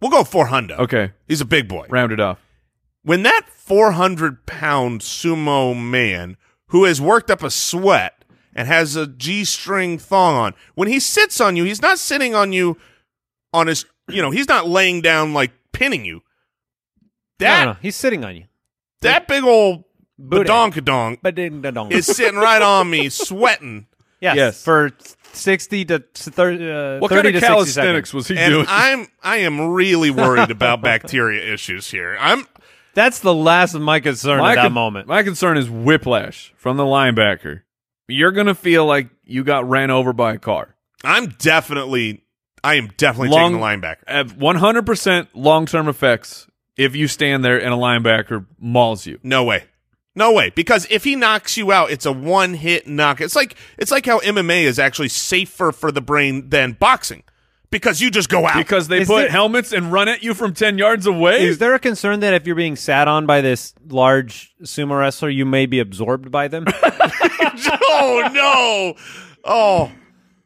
Speaker 1: We'll go 400.
Speaker 4: Okay,
Speaker 1: he's a big boy.
Speaker 4: round it off.
Speaker 1: when that 400 pound sumo man who has worked up a sweat and has a G string thong on, when he sits on you, he's not sitting on you on his, you know, he's not laying down like pinning you. That,
Speaker 3: No, no, he's sitting on you.
Speaker 1: that big old
Speaker 3: Booty.
Speaker 1: badonkadonk
Speaker 3: But ding da dong.
Speaker 1: is sitting right on me, sweating.
Speaker 3: yes,
Speaker 4: Yes.
Speaker 3: for 60 to 30, uh,
Speaker 4: What
Speaker 3: 30
Speaker 4: kind
Speaker 3: to 60
Speaker 4: of calisthenics
Speaker 3: seconds.
Speaker 4: was he
Speaker 1: And
Speaker 4: doing?
Speaker 1: I'm, I am really worried about bacteria issues here. I'm,
Speaker 3: That's the last of my concern at that
Speaker 4: con-
Speaker 3: moment.
Speaker 4: my concern is whiplash from the linebacker. You're gonna feel like you got ran over by a car.
Speaker 1: I'm definitely, I am definitely
Speaker 4: Long-
Speaker 1: taking the linebacker.
Speaker 4: At 100% long-term effects if you stand there and a linebacker mauls you.
Speaker 1: No way. No way. Because if he knocks you out, it's a one hit knock. It's like it's like how MMA is actually safer for the brain than boxing. Because you just go out.
Speaker 4: Because they
Speaker 3: Is
Speaker 4: put
Speaker 3: there-
Speaker 4: helmets and run at you from 10 yards away.
Speaker 3: Is there a concern that if you're being sat on by this large sumo wrestler, you may be absorbed by them?
Speaker 1: oh no. Oh.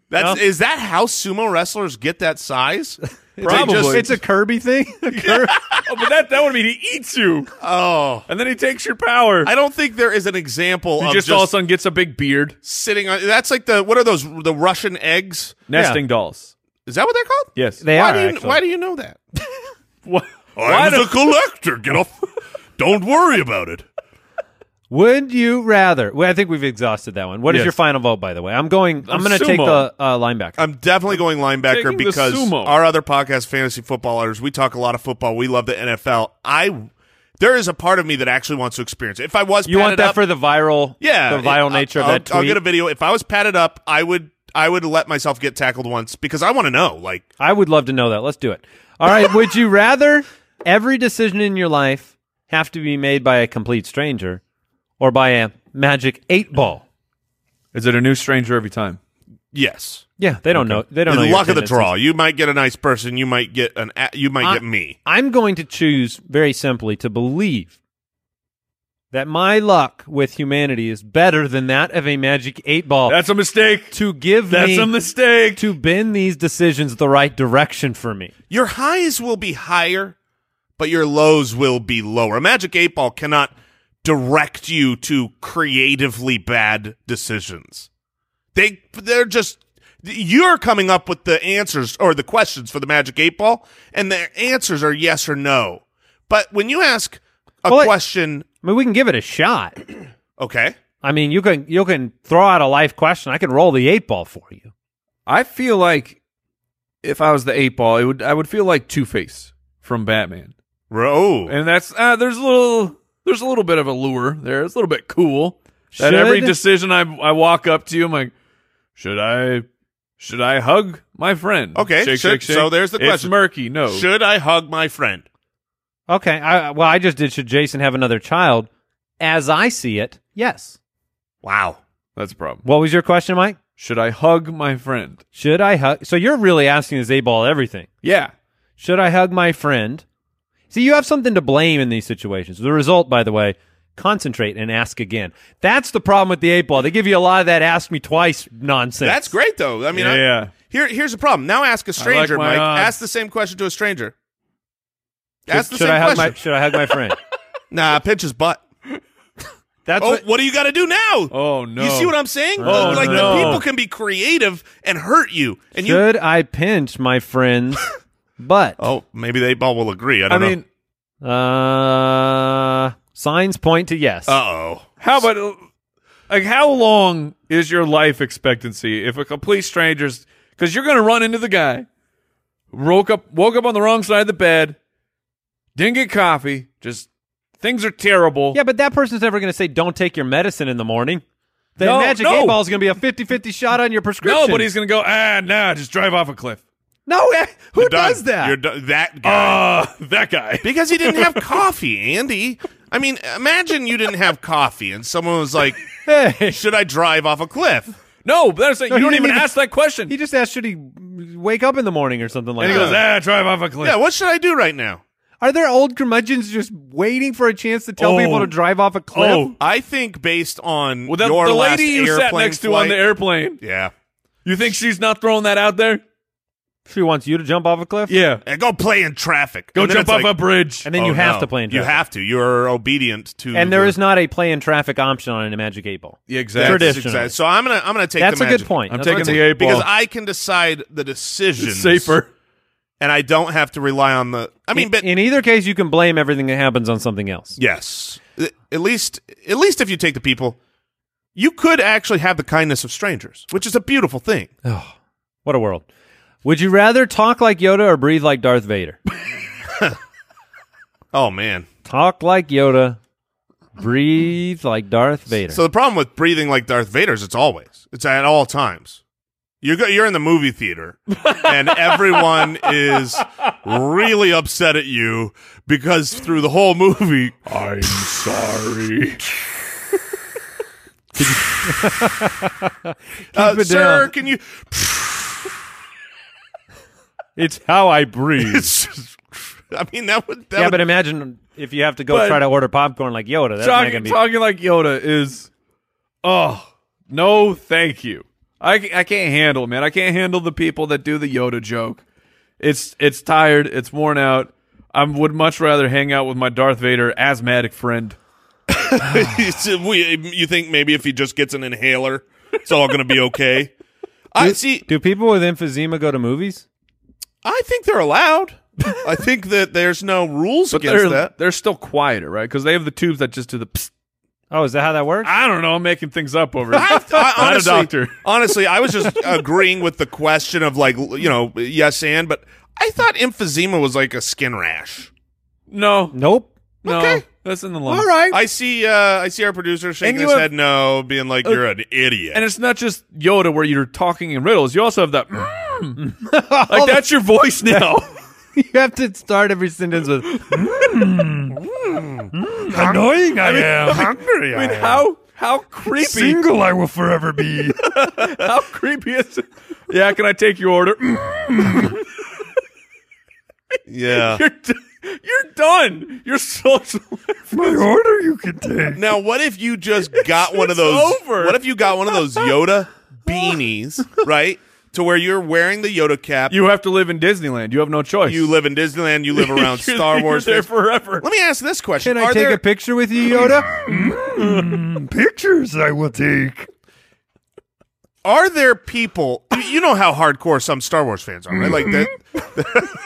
Speaker 1: That's is that how sumo wrestlers get that size?
Speaker 4: Probably.
Speaker 1: They just-
Speaker 3: it's a Kirby thing. A Kirby-
Speaker 4: oh, but that that would mean he eats you
Speaker 1: oh.
Speaker 4: and then he takes your power.
Speaker 1: I don't think there is an example
Speaker 4: he
Speaker 1: of
Speaker 4: just,
Speaker 1: just,
Speaker 4: all of a sudden gets a big beard.
Speaker 1: sitting on that's like the what are those the Russian eggs?
Speaker 4: Nesting dolls.
Speaker 1: Is that what they're called?
Speaker 4: Yes.
Speaker 3: They
Speaker 1: why
Speaker 3: are,
Speaker 1: do you
Speaker 3: actually.
Speaker 1: why do you know that?
Speaker 4: Wha- why
Speaker 1: I'm
Speaker 4: do-
Speaker 1: the collector. Get off Don't worry about it.
Speaker 3: Would you rather? Well, I think we've exhausted that one. What is
Speaker 4: Yes.
Speaker 3: your final vote, by the way? I'm going. I'm,
Speaker 4: I'm
Speaker 3: going to take
Speaker 4: sumo.
Speaker 3: the uh, linebacker.
Speaker 1: I'm definitely going linebacker
Speaker 4: Taking the
Speaker 1: because
Speaker 4: sumo.
Speaker 1: our other podcast, Fantasy Footballers, we talk a lot of football. We love the NFL. I there is a part of me that actually wants to experience it. If I was
Speaker 3: you want
Speaker 1: padded
Speaker 3: that
Speaker 1: up-
Speaker 3: for the viral?
Speaker 1: yeah,
Speaker 3: the viral
Speaker 1: I-
Speaker 3: nature of
Speaker 1: I'll-
Speaker 3: that tweet.
Speaker 1: I'll get a video. If I was padded up, I would I would let myself get tackled once because I want to know. Like
Speaker 3: I would love to know that. Let's do it. All right. would you rather every decision in your life have to be made by a complete stranger or by a magic eight ball?
Speaker 4: Is it a new stranger every time?
Speaker 1: yes,
Speaker 3: Yeah, they don't know. They don't know.
Speaker 1: the
Speaker 3: your
Speaker 1: luck of the
Speaker 3: tendencies.
Speaker 1: draw. You might get a nice person. You might get an a- you might
Speaker 3: I-
Speaker 1: get me.
Speaker 3: I'm going to choose very simply to believe that my luck with humanity is better than that of a magic eight ball.
Speaker 4: That's a mistake.
Speaker 3: to give
Speaker 4: That's
Speaker 3: me
Speaker 4: a mistake.
Speaker 3: to bend these decisions the right direction for me.
Speaker 1: Your highs will be higher, but your lows will be lower. A magic eight ball cannot direct you to creatively bad decisions. They they're just you're coming up with the answers or the questions for the magic eight ball, and the answers are yes or no. But when you ask a
Speaker 3: Well, I-
Speaker 1: question,
Speaker 3: I mean, we can give it a shot.
Speaker 1: okay,
Speaker 3: I mean, you can you can throw out a life question. I can roll the eight ball for you.
Speaker 4: I feel like if I was the eight ball, it would I would feel like Two Face from Batman,
Speaker 1: Ro- oh.
Speaker 4: and that's uh, there's a little there's a little bit of a lure there. It's a little bit cool that
Speaker 3: Should-
Speaker 4: every decision I I walk up to you, I'm like, should I should I hug my friend?
Speaker 1: Okay, should-
Speaker 4: shake, shake, shake.
Speaker 1: so there's the
Speaker 4: It's
Speaker 1: question.
Speaker 4: murky. No,
Speaker 1: should I hug my friend?
Speaker 3: Okay. I, well, I just did. Should Jason have another child? As I see it, yes.
Speaker 1: Wow,
Speaker 4: that's a problem.
Speaker 3: What was your question, Mike?
Speaker 4: Should I hug my friend?
Speaker 3: Should I hug? So you're really asking this eight ball everything.
Speaker 4: Yeah,
Speaker 3: Should I hug my friend? See, you have something to blame in these situations. The result, by the way, concentrate and ask again. That's the problem with the eight ball. They give you a lot of that ask me twice nonsense.
Speaker 1: that's great though. I mean, I-
Speaker 4: yeah.
Speaker 1: Here, here's the problem. Now ask a stranger,
Speaker 4: my
Speaker 1: Mike.
Speaker 4: odds.
Speaker 1: Ask the same question to a stranger.
Speaker 3: Should-
Speaker 1: Ask the
Speaker 3: should
Speaker 1: same
Speaker 3: I hug
Speaker 1: question.
Speaker 3: my Should I hug my friend?
Speaker 1: nah, pinch his butt.
Speaker 3: That's
Speaker 1: Oh,
Speaker 3: what,
Speaker 1: what do you got to do now?
Speaker 4: Oh no!
Speaker 1: You see what I'm saying?
Speaker 4: Oh,
Speaker 1: like
Speaker 4: no.
Speaker 1: the people can be creative and hurt you, and you.
Speaker 3: should I pinch my friend's butt?
Speaker 1: Oh, maybe they all will agree. I
Speaker 4: I
Speaker 1: don't
Speaker 4: mean,
Speaker 1: know. Oh.
Speaker 3: Uh, signs point to yes.
Speaker 1: Uh oh.
Speaker 4: How about like how long is your life expectancy if a complete stranger's because you're gonna run into the guy woke up woke up on the wrong side of the bed, didn't get coffee, just things are terrible.
Speaker 3: Yeah, but that person's never going to say, don't take your medicine in the morning. The
Speaker 4: No,
Speaker 3: magic
Speaker 4: no.
Speaker 3: eight ball is going to be a 50 50 shot on your prescription.
Speaker 4: no, but he's gonna go, ah nah, just drive off a cliff.
Speaker 3: No, eh, who
Speaker 1: You're done.
Speaker 3: does that?
Speaker 1: You're done. That guy.
Speaker 4: Uh that guy.
Speaker 1: because he didn't have coffee, Andy. I mean, imagine you didn't have coffee and someone was like,
Speaker 3: hey.
Speaker 1: should I drive off a cliff?
Speaker 4: No, but that's
Speaker 3: No,
Speaker 4: you
Speaker 3: he
Speaker 4: don't
Speaker 3: didn't
Speaker 4: even
Speaker 3: even-
Speaker 4: ask that question.
Speaker 3: He just asked, should he wake up in the morning or something like
Speaker 4: and he
Speaker 3: that?
Speaker 4: goes, ah, drive off a cliff.
Speaker 1: Yeah, what should I do right now?
Speaker 3: Are there old curmudgeons just waiting for a chance to tell
Speaker 4: Oh.
Speaker 3: people to drive off a cliff?
Speaker 4: Oh.
Speaker 1: I think based on
Speaker 4: well, that,
Speaker 1: your
Speaker 4: the
Speaker 1: last
Speaker 4: lady you sat
Speaker 1: airplane
Speaker 4: next to
Speaker 1: flight-
Speaker 4: on the airplane,
Speaker 1: Yeah.
Speaker 4: you think she's not throwing that out there?
Speaker 3: She wants you to jump off a cliff?
Speaker 4: Yeah.
Speaker 1: And go play in traffic.
Speaker 4: Go
Speaker 1: And then
Speaker 4: jump
Speaker 1: it's
Speaker 4: off
Speaker 1: like,
Speaker 4: a bridge.
Speaker 3: And then
Speaker 1: oh,
Speaker 3: you have
Speaker 1: no.
Speaker 3: to play in
Speaker 1: You
Speaker 3: traffic.
Speaker 1: have to. You're obedient to.
Speaker 3: And there
Speaker 1: the-
Speaker 3: is not a play in traffic option on an Magic 8 Ball.
Speaker 4: yeah,
Speaker 1: That's
Speaker 4: exactly.
Speaker 3: Tradition.
Speaker 1: exact- So I'm gonna I'm gonna take.
Speaker 3: That's
Speaker 1: the
Speaker 3: a good
Speaker 1: magic.
Speaker 3: point.
Speaker 4: I'm
Speaker 3: That's what
Speaker 4: taking
Speaker 3: saying.
Speaker 4: the eight ball.
Speaker 1: because I can decide the decision
Speaker 4: It's safer.
Speaker 1: and I don't have to rely on the. I mean, but
Speaker 3: in either case, you can blame everything that happens on something else.
Speaker 1: yes, I- at least at least if you take the people, you could actually have the kindness of strangers, which is a beautiful thing.
Speaker 3: Uh, What a world. Would you rather talk like Yoda or breathe like Darth Vader?
Speaker 1: Oh man.
Speaker 3: talk like Yoda, breathe like Darth Vader.
Speaker 1: So the problem with breathing like Darth Vader is it's always. It's at all times. You're go, you're in the movie theater and everyone is really upset at you because through the whole movie
Speaker 4: I'm sorry.
Speaker 1: uh,
Speaker 3: it
Speaker 1: sir,
Speaker 3: down."
Speaker 1: can you
Speaker 3: it's how I breathe.
Speaker 1: it's, I mean that would that
Speaker 3: yeah,
Speaker 1: would,
Speaker 3: but imagine if you have to go
Speaker 4: But-
Speaker 3: try to order popcorn like Yoda. That's not
Speaker 4: talking,
Speaker 3: gonna be.
Speaker 4: talking like Yoda is, oh, no, thank you. I, ca- I can't handle it, man. I can't handle the people that do the Yoda joke. It's it's tired. It's worn out. I would much rather hang out with my Darth Vader asthmatic friend.
Speaker 1: So we, you think maybe if he just gets an inhaler, it's all going to be okay? I see.
Speaker 3: Do people with emphysema go to movies?
Speaker 1: I think they're allowed. I think that there's no rules
Speaker 4: But
Speaker 1: against
Speaker 4: they're
Speaker 1: that.
Speaker 4: they're still quieter, right? Because they have the tubes that just do the. Psst.
Speaker 3: Oh, is that how that works?
Speaker 4: I don't know. I'm making things up over. here.
Speaker 1: I, I,
Speaker 4: Not a
Speaker 1: honestly,
Speaker 4: doctor.
Speaker 1: honestly, I was just agreeing with the question of like you know yes and, but I thought emphysema was like a skin rash.
Speaker 4: no,
Speaker 3: nope.
Speaker 4: no,
Speaker 1: Okay.
Speaker 4: that's in the law.
Speaker 1: I see. Uh, I see our producer shaking
Speaker 4: you
Speaker 1: his
Speaker 4: have- Oh,
Speaker 1: head no, being like you're an idiot.
Speaker 4: And it's not just Yoda where you're talking in riddles. You also have that. "Mm." like that's your voice now.
Speaker 3: you have to start every sentence with.
Speaker 4: Annoying I am.
Speaker 1: hungry.
Speaker 4: I mean, how how creepy? Single, I will forever be. how creepy is it? Yeah, can I take your order?
Speaker 1: Yeah.
Speaker 4: you're, d- you're done. Your social. My order, you can take.
Speaker 1: Now, what if you just got one of
Speaker 4: it's
Speaker 1: those?
Speaker 4: over.
Speaker 1: What if you got one of those Yoda beanies, right? To where you're wearing the Yoda cap.
Speaker 4: You have to live in Disneyland. You have no choice.
Speaker 1: You live in Disneyland. You live around
Speaker 4: You're-
Speaker 1: Star Wars.
Speaker 4: You're there
Speaker 1: fans.
Speaker 4: forever.
Speaker 1: Let me ask this question:
Speaker 3: Can I
Speaker 1: Are
Speaker 3: take
Speaker 1: there
Speaker 3: a picture with you, Yoda?
Speaker 5: Mm, pictures I will take.
Speaker 1: are there people? you- You know how hardcore some Star Wars fans are,
Speaker 4: Mm.
Speaker 1: right? Like that.
Speaker 4: Mm-hmm.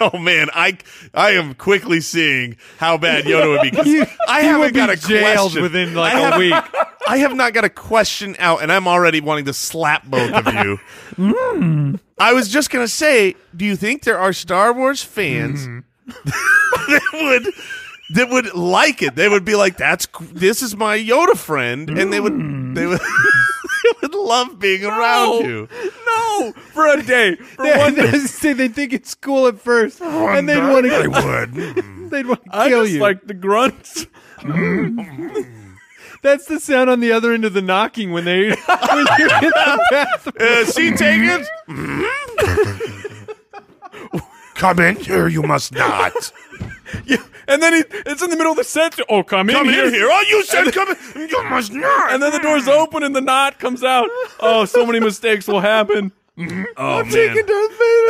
Speaker 1: oh man, I I am quickly seeing how bad Yoda would be. 'cause I
Speaker 3: you
Speaker 1: haven't
Speaker 3: would be
Speaker 1: got a
Speaker 3: jailed
Speaker 1: question
Speaker 3: within, like,
Speaker 1: I
Speaker 3: a
Speaker 1: have-
Speaker 3: week.
Speaker 1: I have not got a question out, and I'm already wanting to slap both of you.
Speaker 3: Mm.
Speaker 1: I was just gonna say, do you think there are Star Wars fans
Speaker 3: Mm-hmm.
Speaker 1: that would that would like it? They would be like, "That's c- this is my Yoda friend," and they would
Speaker 3: Mm.
Speaker 1: they would they would love being around you.
Speaker 4: No, for a day. For
Speaker 3: Yeah,
Speaker 4: one day.
Speaker 3: they say they think it's cool at first, and they'd want
Speaker 5: I
Speaker 3: to
Speaker 5: would.
Speaker 3: they'd want to
Speaker 4: I
Speaker 3: kill
Speaker 4: just
Speaker 3: you.
Speaker 4: like the grunts.
Speaker 3: That's the sound on the other end of the knocking when they when you're in the bathroom.
Speaker 1: Uh, see, take it.
Speaker 5: Mm-hmm. Come in here, you must not.
Speaker 4: Yeah. And then he, it's in the middle of the set. Oh, come,
Speaker 1: Come
Speaker 4: in
Speaker 1: here, here. Oh, you said come. in.
Speaker 5: You must not.
Speaker 4: And then the doors open and the knot comes out. Oh, so many mistakes will happen.
Speaker 1: Oh man,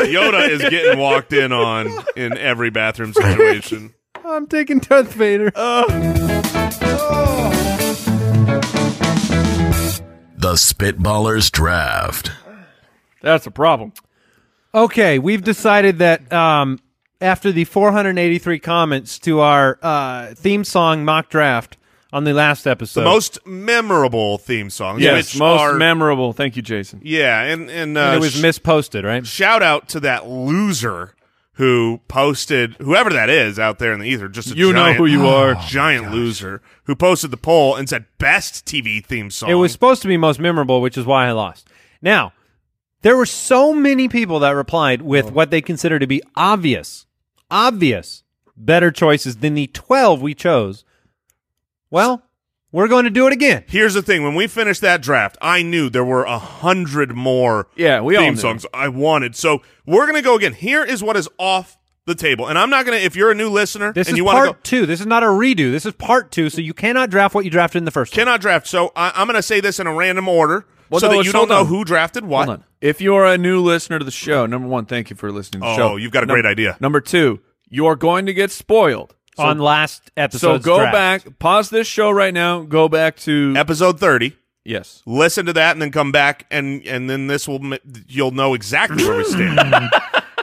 Speaker 1: Yoda is getting walked in on in every bathroom situation.
Speaker 3: I'm taking Darth Vader.
Speaker 2: The Spitballers Draft.
Speaker 4: That's a problem.
Speaker 3: Okay, we've decided that um, after the 483 comments to our uh, theme song mock draft on the last episode,
Speaker 1: most memorable theme songs.
Speaker 4: Yes,
Speaker 1: which
Speaker 4: most
Speaker 1: are,
Speaker 4: memorable. Thank you, Jason.
Speaker 1: Yeah, and and, uh,
Speaker 3: and it was
Speaker 1: sh-
Speaker 3: misposted, right?
Speaker 1: shout out to that loser who posted whoever that is out there in the ether, just a
Speaker 4: You know
Speaker 1: giant-
Speaker 4: who
Speaker 5: Oh,
Speaker 4: you are.
Speaker 1: giant loser, who posted the poll and said best TV theme song.
Speaker 3: It was supposed to be most memorable, which is why I lost. Now, there were so many people that replied
Speaker 1: Oh.
Speaker 3: with what they consider to be obvious, obvious better choices than the 12 we chose. Well, we're going to do it again.
Speaker 1: Here's the thing: when we finished that draft, I knew there were a hundred more
Speaker 4: Yeah, we all
Speaker 1: theme
Speaker 4: knew.
Speaker 1: songs I wanted. So we're gonna go again. Here is what is off the table, and I'm not gonna. If you're a new listener
Speaker 3: This
Speaker 1: and
Speaker 3: is
Speaker 1: you want to
Speaker 3: part
Speaker 1: go,
Speaker 3: two. This is not a redo. This is part two, so you cannot draft what you drafted in the first one.
Speaker 1: cannot draft. So I, I'm gonna say this in a random order,
Speaker 4: Well,
Speaker 1: so
Speaker 4: no,
Speaker 1: that
Speaker 4: it's-
Speaker 1: you don't
Speaker 4: hold
Speaker 1: know
Speaker 4: on.
Speaker 1: who drafted what.
Speaker 4: Hold on. If you are a new listener to the show, number one, thank you for listening to the
Speaker 1: Oh,
Speaker 4: show.
Speaker 1: you've got a
Speaker 4: Num-
Speaker 1: great idea.
Speaker 4: Number two, you're going to get spoiled.
Speaker 3: on last
Speaker 4: Oh, So
Speaker 3: episode.
Speaker 4: go back, pause this show right now, go back to
Speaker 1: Episode 30.
Speaker 4: Yes.
Speaker 1: listen to that and then come back and and then this will m- you'll know exactly where we stand all right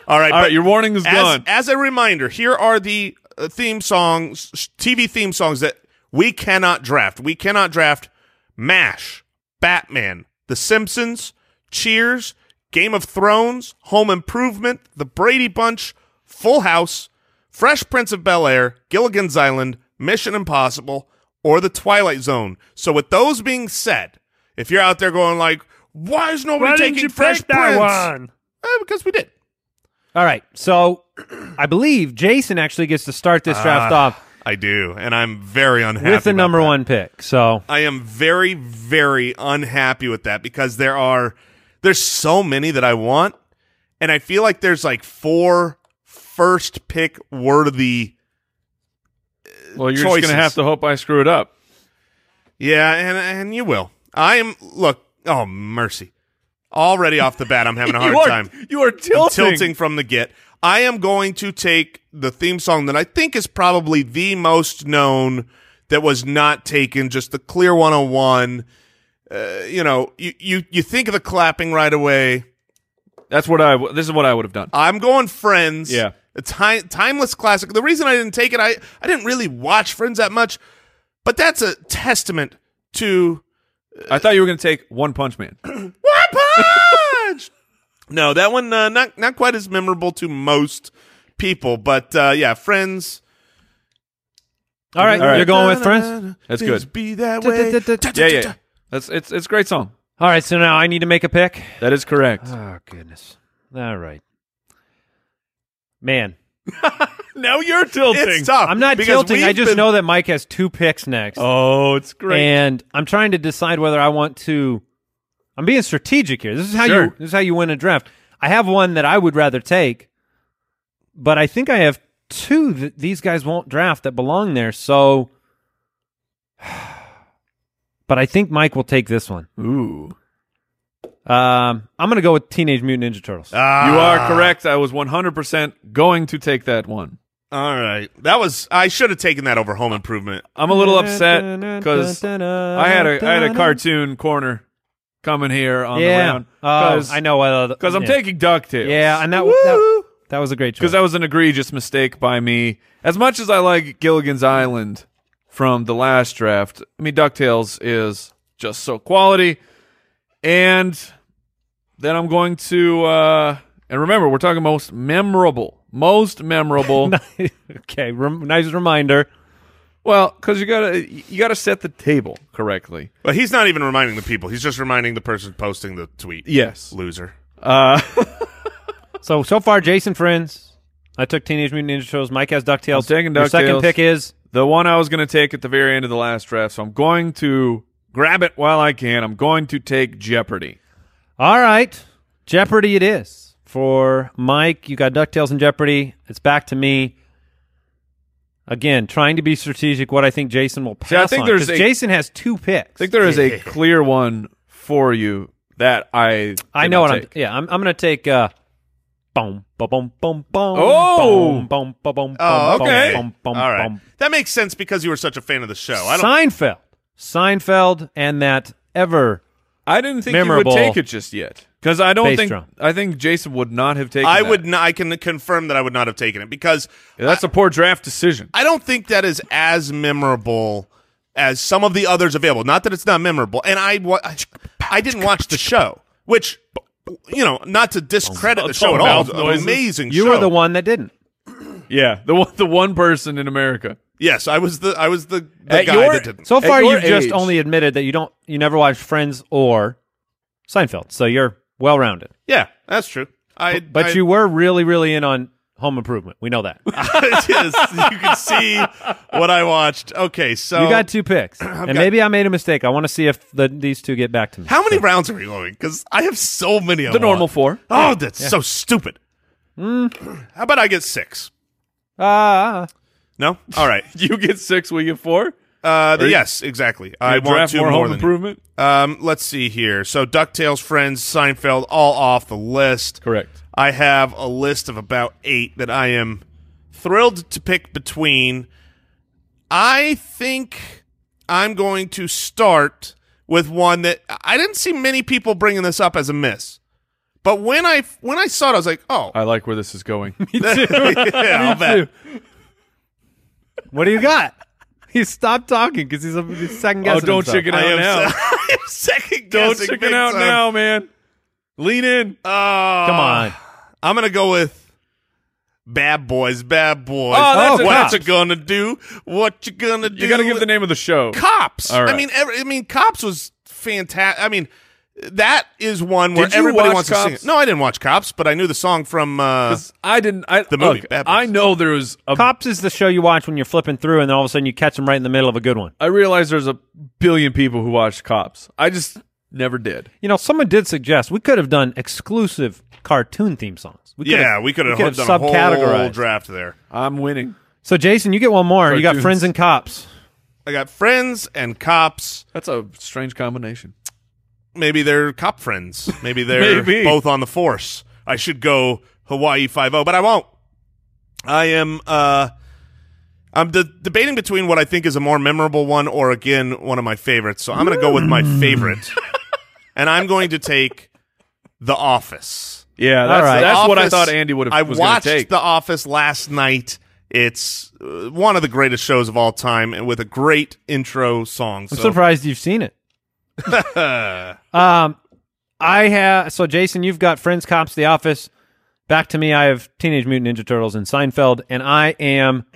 Speaker 4: All
Speaker 1: but
Speaker 4: right, your warning is
Speaker 1: as,
Speaker 4: gone.
Speaker 1: as a reminder here are the uh, theme songs sh- tv theme songs that we cannot draft we cannot draft mash batman the simpsons cheers game of thrones home improvement the brady bunch full house fresh prince of bel-air gilligan's island mission impossible or the twilight zone so with those being said if you're out there going like why is nobody
Speaker 5: Why
Speaker 1: taking
Speaker 5: didn't you
Speaker 1: fresh
Speaker 5: pick that
Speaker 1: prince
Speaker 5: one?
Speaker 1: Eh, because we did
Speaker 3: All right. So I believe Jason actually gets to start this draft off
Speaker 1: I do, and I'm very unhappy
Speaker 3: with the
Speaker 1: Ah, about
Speaker 3: number
Speaker 1: that.
Speaker 3: one pick. So
Speaker 1: I am very, very unhappy with that because there are there's so many that I want, and I feel like there's like four first pick worthy.
Speaker 4: Well, you're just
Speaker 1: choices.
Speaker 4: going to have to hope I screw it up.
Speaker 1: Yeah, and and you will. I am look. Oh mercy! Already off the bat, I'm having a hard
Speaker 4: you are,
Speaker 1: time.
Speaker 4: You are
Speaker 1: I'm
Speaker 4: tilting.
Speaker 1: tilting from the get. I am going to take the theme song that I think is probably the most known that was not taken, just the clear 101. Uh, you know, you, you, you think of the clapping right away.
Speaker 4: That's what I. w- This is what I would have done.
Speaker 1: I'm going Friends.
Speaker 4: Yeah.
Speaker 1: A ti- timeless classic. The reason I didn't take it, I, I didn't really watch Friends that much, but that's a testament to
Speaker 4: I thought you were going to take One Punch Man.
Speaker 1: One Punch. no, that one uh, not not quite as memorable to most people, but uh, yeah, Friends.
Speaker 3: all right,
Speaker 4: All right.
Speaker 3: you're going with friends.
Speaker 4: That's
Speaker 1: Things
Speaker 4: good.
Speaker 1: Be that
Speaker 3: Da,
Speaker 1: way.
Speaker 3: da, da, da.
Speaker 1: Da, da,
Speaker 4: Yeah,
Speaker 1: da,
Speaker 4: yeah.
Speaker 1: da.
Speaker 4: yeah. That's it's it's a great song.
Speaker 3: All right. So now I need to make a pick.
Speaker 4: That is correct.
Speaker 3: Oh goodness. All right. Man,
Speaker 4: now you're tilting.
Speaker 1: It's tough.
Speaker 3: I'm not
Speaker 1: because
Speaker 3: tilting. I
Speaker 1: we've
Speaker 3: just
Speaker 1: been-
Speaker 3: know that Mike has two picks next.
Speaker 4: Oh, it's great.
Speaker 3: And I'm trying to decide whether I want to I'm being strategic here. This is how you
Speaker 4: Sure.
Speaker 3: this is how you win a draft. I have one that I would rather take, but I think I have two that these guys won't draft that belong there. So but I think Mike will take this one.
Speaker 4: Ooh.
Speaker 3: Um, I'm going to go with Teenage Mutant Ninja Turtles.
Speaker 1: Ah,
Speaker 4: You are correct. I was 100% going to take that one.
Speaker 1: all right. That was. I should have taken that over Home Improvement.
Speaker 4: I'm a little upset because I had a I had a cartoon corner coming here on
Speaker 3: yeah.
Speaker 4: the round
Speaker 3: Oh, I know.
Speaker 4: because
Speaker 3: Because
Speaker 4: I'm taking Ducktales.
Speaker 3: Yeah, and that that, that was a great choice.
Speaker 4: because that was an egregious mistake by me. As much as I like Gilligan's Island from the last draft, I mean Ducktales is just so quality. And then I'm going to uh and remember we're talking most memorable, most memorable.
Speaker 3: okay, rem- nice reminder.
Speaker 4: Well, because you gotta you gotta set the table correctly.
Speaker 1: But he's not even reminding the people. He's just reminding the person posting the tweet.
Speaker 4: Yes.
Speaker 1: Loser.
Speaker 4: Uh,
Speaker 3: So so far, Jason friends. I took Teenage Mutant Ninja Turtles. Mike has Ducktales.
Speaker 4: I'm taking
Speaker 3: Your second
Speaker 4: DuckTales.
Speaker 3: pick is
Speaker 4: the one I was going to take at the very end of the last draft, so I'm going to grab it while I can. I'm going to take Jeopardy.
Speaker 3: all right. Jeopardy it is for Mike. You got Ducktales and Jeopardy. It's back to me. Again, trying to be strategic. What I think Jason will pass
Speaker 4: I think
Speaker 3: on,
Speaker 4: there's
Speaker 3: 'cause
Speaker 4: a-
Speaker 3: Jason has two picks.
Speaker 4: I think there is a clear one for you that I
Speaker 3: I
Speaker 4: did
Speaker 3: know
Speaker 4: not
Speaker 3: what I'm.
Speaker 4: take.
Speaker 3: Yeah, I'm. I'm gonna take. Uh, boom, boom, boom, boom, boom.
Speaker 4: Oh!
Speaker 3: boom, boom, boom, boom.
Speaker 1: Oh,
Speaker 3: boom,
Speaker 1: okay.
Speaker 3: Boom, boom,
Speaker 1: all right.
Speaker 3: boom.
Speaker 1: That makes sense because you were such a fan of the show. I don't.
Speaker 3: Seinfeld. Seinfeld, and that ever.
Speaker 4: I didn't think
Speaker 3: Memorable.
Speaker 4: you would take it just yet because I don't
Speaker 3: Bass
Speaker 4: think
Speaker 3: drum.
Speaker 4: I think Jason would not have taken.
Speaker 1: I
Speaker 4: that.
Speaker 1: would. Not, I can confirm that I would not have taken it because
Speaker 4: That's a poor draft decision.
Speaker 1: I don't think that is as memorable as some of the others available. Not that it's not memorable, and I wa- I, I didn't watch the show, which you know, not to discredit the
Speaker 4: It's
Speaker 1: show
Speaker 4: all
Speaker 1: at all.
Speaker 4: mouth
Speaker 1: An
Speaker 4: noises.
Speaker 1: Amazing
Speaker 3: You
Speaker 1: show.
Speaker 3: were the one that didn't.
Speaker 4: Yeah, the one, the one person in America.
Speaker 1: Yes, I was the I was the, the
Speaker 4: At
Speaker 1: guy
Speaker 4: your-
Speaker 1: that didn't.
Speaker 3: So
Speaker 4: At
Speaker 3: far,
Speaker 4: your
Speaker 3: you've just
Speaker 4: age.
Speaker 3: only admitted that you don't, you never watched Friends or Seinfeld. So you're well rounded.
Speaker 1: yeah, that's true. I
Speaker 3: But
Speaker 1: I- Oh.
Speaker 3: you were really, really in on Home Improvement. We know that. you
Speaker 1: yes, you can see what I watched. Okay, so
Speaker 3: got two picks, and
Speaker 1: got-
Speaker 3: maybe I made a mistake. I want to see if the, these two get back to me.
Speaker 1: how many rounds are we going? Because I have so many. I
Speaker 4: The normal
Speaker 1: want.
Speaker 4: four.
Speaker 1: Oh, that's so stupid.
Speaker 3: Mm.
Speaker 1: How about I get six?
Speaker 3: Ah,
Speaker 1: No. All right.
Speaker 4: You get six, we get four.
Speaker 1: Uh, the- yes, exactly. I
Speaker 4: You
Speaker 1: want
Speaker 4: draft
Speaker 1: two
Speaker 4: more
Speaker 1: more, than
Speaker 4: home
Speaker 1: you.
Speaker 4: improvement.
Speaker 1: Um, let's see here. So Ducktales, Friends, Seinfeld, all off the list.
Speaker 4: Correct.
Speaker 1: I have a list of about eight that I am thrilled to pick between. I think I'm going to start with one that I didn't see many people bringing this up as a miss, but when I when I saw it, I was like, oh,
Speaker 4: I like where this is going.
Speaker 1: yeah, I'll bet.
Speaker 3: what do you got? he stopped talking because he's a he's second
Speaker 4: oh,
Speaker 3: guessing.
Speaker 4: don't
Speaker 3: himself.
Speaker 4: chicken
Speaker 1: I
Speaker 4: out
Speaker 1: am,
Speaker 4: now.
Speaker 1: se- I am second
Speaker 4: Don't
Speaker 1: guessing.
Speaker 4: chicken
Speaker 1: big
Speaker 4: out
Speaker 1: time.
Speaker 4: now, man. Lean in.
Speaker 1: Uh,
Speaker 3: Come on.
Speaker 1: I'm gonna go with Bad Boys, Bad Boys.
Speaker 4: Oh, that's a
Speaker 1: what
Speaker 4: cops.
Speaker 1: you gonna do? What you gonna do?
Speaker 4: you got to give the name of the show.
Speaker 1: Cops.
Speaker 4: All right.
Speaker 1: I mean, every, I mean, Cops was fantastic. I mean, that is one where
Speaker 4: Did you
Speaker 1: everybody
Speaker 4: watch
Speaker 1: wants to sing
Speaker 4: Cops?
Speaker 1: it. No, I didn't watch Cops, but I knew the song from. Uh,
Speaker 4: 'Cause I didn't. I,
Speaker 1: The movie,
Speaker 4: look,
Speaker 1: Bad Boys.
Speaker 4: I know there was
Speaker 1: Um,
Speaker 4: a.
Speaker 3: Cops is the show you watch when you're flipping through, and then all of a sudden you catch them right in the middle of a good one.
Speaker 4: I realize there's a billion people who watched Cops. I just never did.
Speaker 3: You know, someone did suggest we could have done exclusive cartoon theme songs. We could
Speaker 1: yeah,
Speaker 3: have-
Speaker 1: we could have
Speaker 3: could have
Speaker 1: done a whole
Speaker 3: subcategorized.
Speaker 1: draft there.
Speaker 4: I'm winning.
Speaker 3: So, Jason, you get one more. You got
Speaker 4: Cartoons.
Speaker 3: Friends and Cops.
Speaker 1: I got friends and cops.
Speaker 4: That's a strange combination.
Speaker 1: Maybe they're cop friends. Maybe they're
Speaker 4: Maybe.
Speaker 1: both on the force. I should go Hawaii Five O, but I won't. I am. uh I'm de- debating between what I think is a more memorable one or again one of my favorites. So I'm going to go with my
Speaker 3: Mm.
Speaker 1: favorite, and I'm going to take The Office.
Speaker 4: Yeah, that's,
Speaker 3: All right.
Speaker 4: that's what I
Speaker 1: Office-
Speaker 4: thought Andy would have.
Speaker 1: I
Speaker 4: was gonna
Speaker 1: watched
Speaker 4: take.
Speaker 1: The Office last night. It's uh, one of the greatest shows of all time, and with a great intro song.
Speaker 3: I'm
Speaker 1: So
Speaker 3: surprised you've seen it. um, I have. So, Jason, you've got Friends, Cops, The Office. Back to me, I have Teenage Mutant Ninja Turtles and Seinfeld, and I am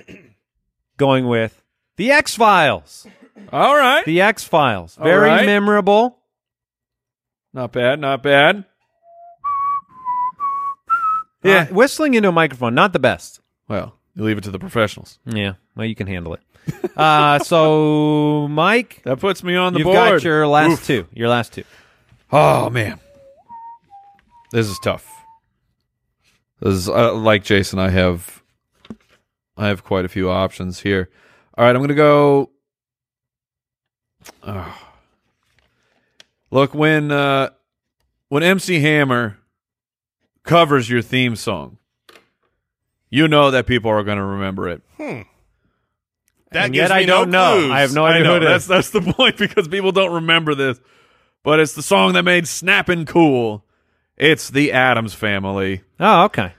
Speaker 3: going with The X Files.
Speaker 4: All right,
Speaker 3: The X Files.
Speaker 4: All
Speaker 3: Very
Speaker 4: right.
Speaker 3: memorable.
Speaker 4: not bad, not bad.
Speaker 3: Yeah. Uh, whistling into a microphone, not the best.
Speaker 4: Well, you leave it to the professionals.
Speaker 3: Yeah. Well, you can handle it. Uh, so, Mike,
Speaker 4: That puts me on the
Speaker 3: you've
Speaker 4: board.
Speaker 3: got your last two. Your last two.
Speaker 4: Oh man, this is tough. This is, uh, like Jason. I have, I have quite a few options here. All right, I'm gonna go. Ah. Look when uh, when MC Hammer covers your theme song, you know that people are gonna remember it.
Speaker 1: that
Speaker 3: And
Speaker 1: gives
Speaker 3: yet
Speaker 1: me
Speaker 3: I don't
Speaker 1: no
Speaker 3: know.
Speaker 1: clues.
Speaker 3: I have no
Speaker 4: I
Speaker 3: idea
Speaker 4: know
Speaker 3: who it
Speaker 4: that's
Speaker 3: is.
Speaker 4: that's the point because people don't remember this, but it's the song that made Snappin' cool. It's the Adams Family.
Speaker 3: Oh, okay.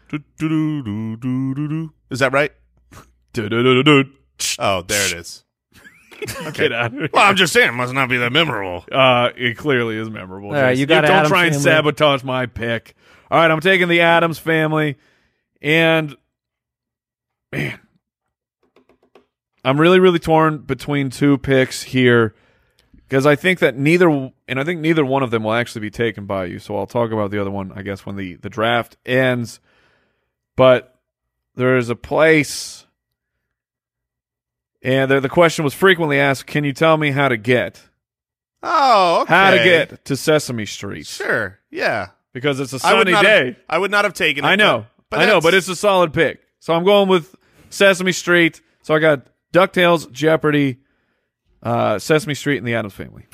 Speaker 1: Is that right?
Speaker 4: Du-du-du-du-du.
Speaker 1: Oh, there it is.
Speaker 4: Get out of here.
Speaker 1: Well, I'm just saying, it must not be that memorable.
Speaker 4: Uh, it clearly is memorable.
Speaker 3: All right,
Speaker 4: Jason.
Speaker 3: you got
Speaker 4: don't
Speaker 3: Addams
Speaker 4: try and
Speaker 3: Family.
Speaker 4: sabotage my pick. All right, I'm taking the Adams Family, and man, I'm really really torn between two picks here because I think that neither and I think neither one of them will actually be taken by you. So I'll talk about the other one, I guess, when the the draft ends. But there is a place. And the, the question was frequently asked, can you tell me how to get?
Speaker 1: Oh, okay.
Speaker 4: how to get to Sesame Street
Speaker 1: Sure. Yeah.
Speaker 4: because it's a
Speaker 1: I would
Speaker 4: sunny
Speaker 1: not
Speaker 4: day.
Speaker 1: Have, I would not have taken it.
Speaker 4: I know,
Speaker 1: But, but
Speaker 4: I know, but
Speaker 1: that's-
Speaker 4: it's a solid pick. So I'm going with Sesame Street. So I got Ducktales, Jeopardy, uh, Sesame Street, and The Addams Family.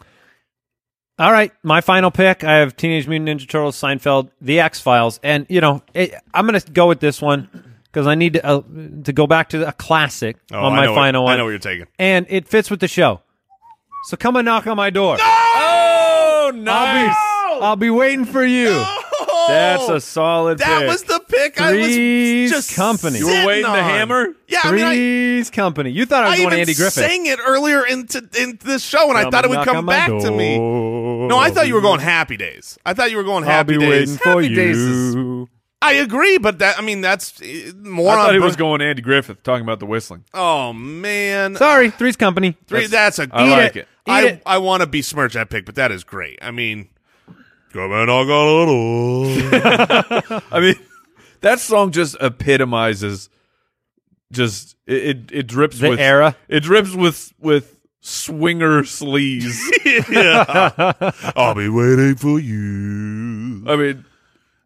Speaker 3: All right, my final pick. I have Teenage Mutant Ninja Turtles, Seinfeld, The X Files, and you know it, I'm going to go with this one because I need to, uh, to go back to a classic
Speaker 1: Oh,
Speaker 3: on
Speaker 1: I
Speaker 3: my
Speaker 1: know what-
Speaker 3: final one,
Speaker 1: I know what you're taking.
Speaker 3: and it fits with the show. So come and knock on my door.
Speaker 4: Oh,
Speaker 3: I'll
Speaker 4: nice!
Speaker 3: be I'll be waiting for you.
Speaker 1: Oh,
Speaker 4: That's a solid.
Speaker 1: That
Speaker 4: pick.
Speaker 1: was the pick I was
Speaker 3: Three's
Speaker 1: just
Speaker 3: Company.
Speaker 4: You were
Speaker 1: sitting
Speaker 4: waiting
Speaker 1: on.
Speaker 4: the hammer?
Speaker 1: Yeah, I mean, I,
Speaker 3: Three's Company. You thought I
Speaker 1: I
Speaker 3: was
Speaker 1: even
Speaker 3: going Andy Griffith.
Speaker 1: sang it earlier into in this show, and I
Speaker 3: Come
Speaker 1: thought it
Speaker 3: and
Speaker 1: would
Speaker 3: knock on
Speaker 1: come
Speaker 3: my
Speaker 1: back to me.
Speaker 3: door.
Speaker 1: No, I thought you were going Happy Days. I thought you were going Happy
Speaker 4: I'll be
Speaker 1: Days.
Speaker 4: waiting for
Speaker 1: Happy
Speaker 4: you.
Speaker 1: Days is- I agree, but that I mean that's eh, more
Speaker 4: I
Speaker 1: on.
Speaker 4: thought he
Speaker 1: Bru-
Speaker 4: was going Andy Griffith talking about the whistling.
Speaker 1: oh man,
Speaker 3: Sorry, Three's Company.
Speaker 1: Three- that's, a
Speaker 4: I
Speaker 1: eat
Speaker 4: like it.
Speaker 1: I
Speaker 3: Eat it.
Speaker 1: I want to besmirch that pick, but that is great. I mean, come and I got a little.
Speaker 4: I mean, that song just epitomizes just it it, it drips
Speaker 3: The
Speaker 4: with
Speaker 3: era.
Speaker 4: It drips with with swinger sleaze.
Speaker 1: I'll be waiting for you.
Speaker 4: I mean,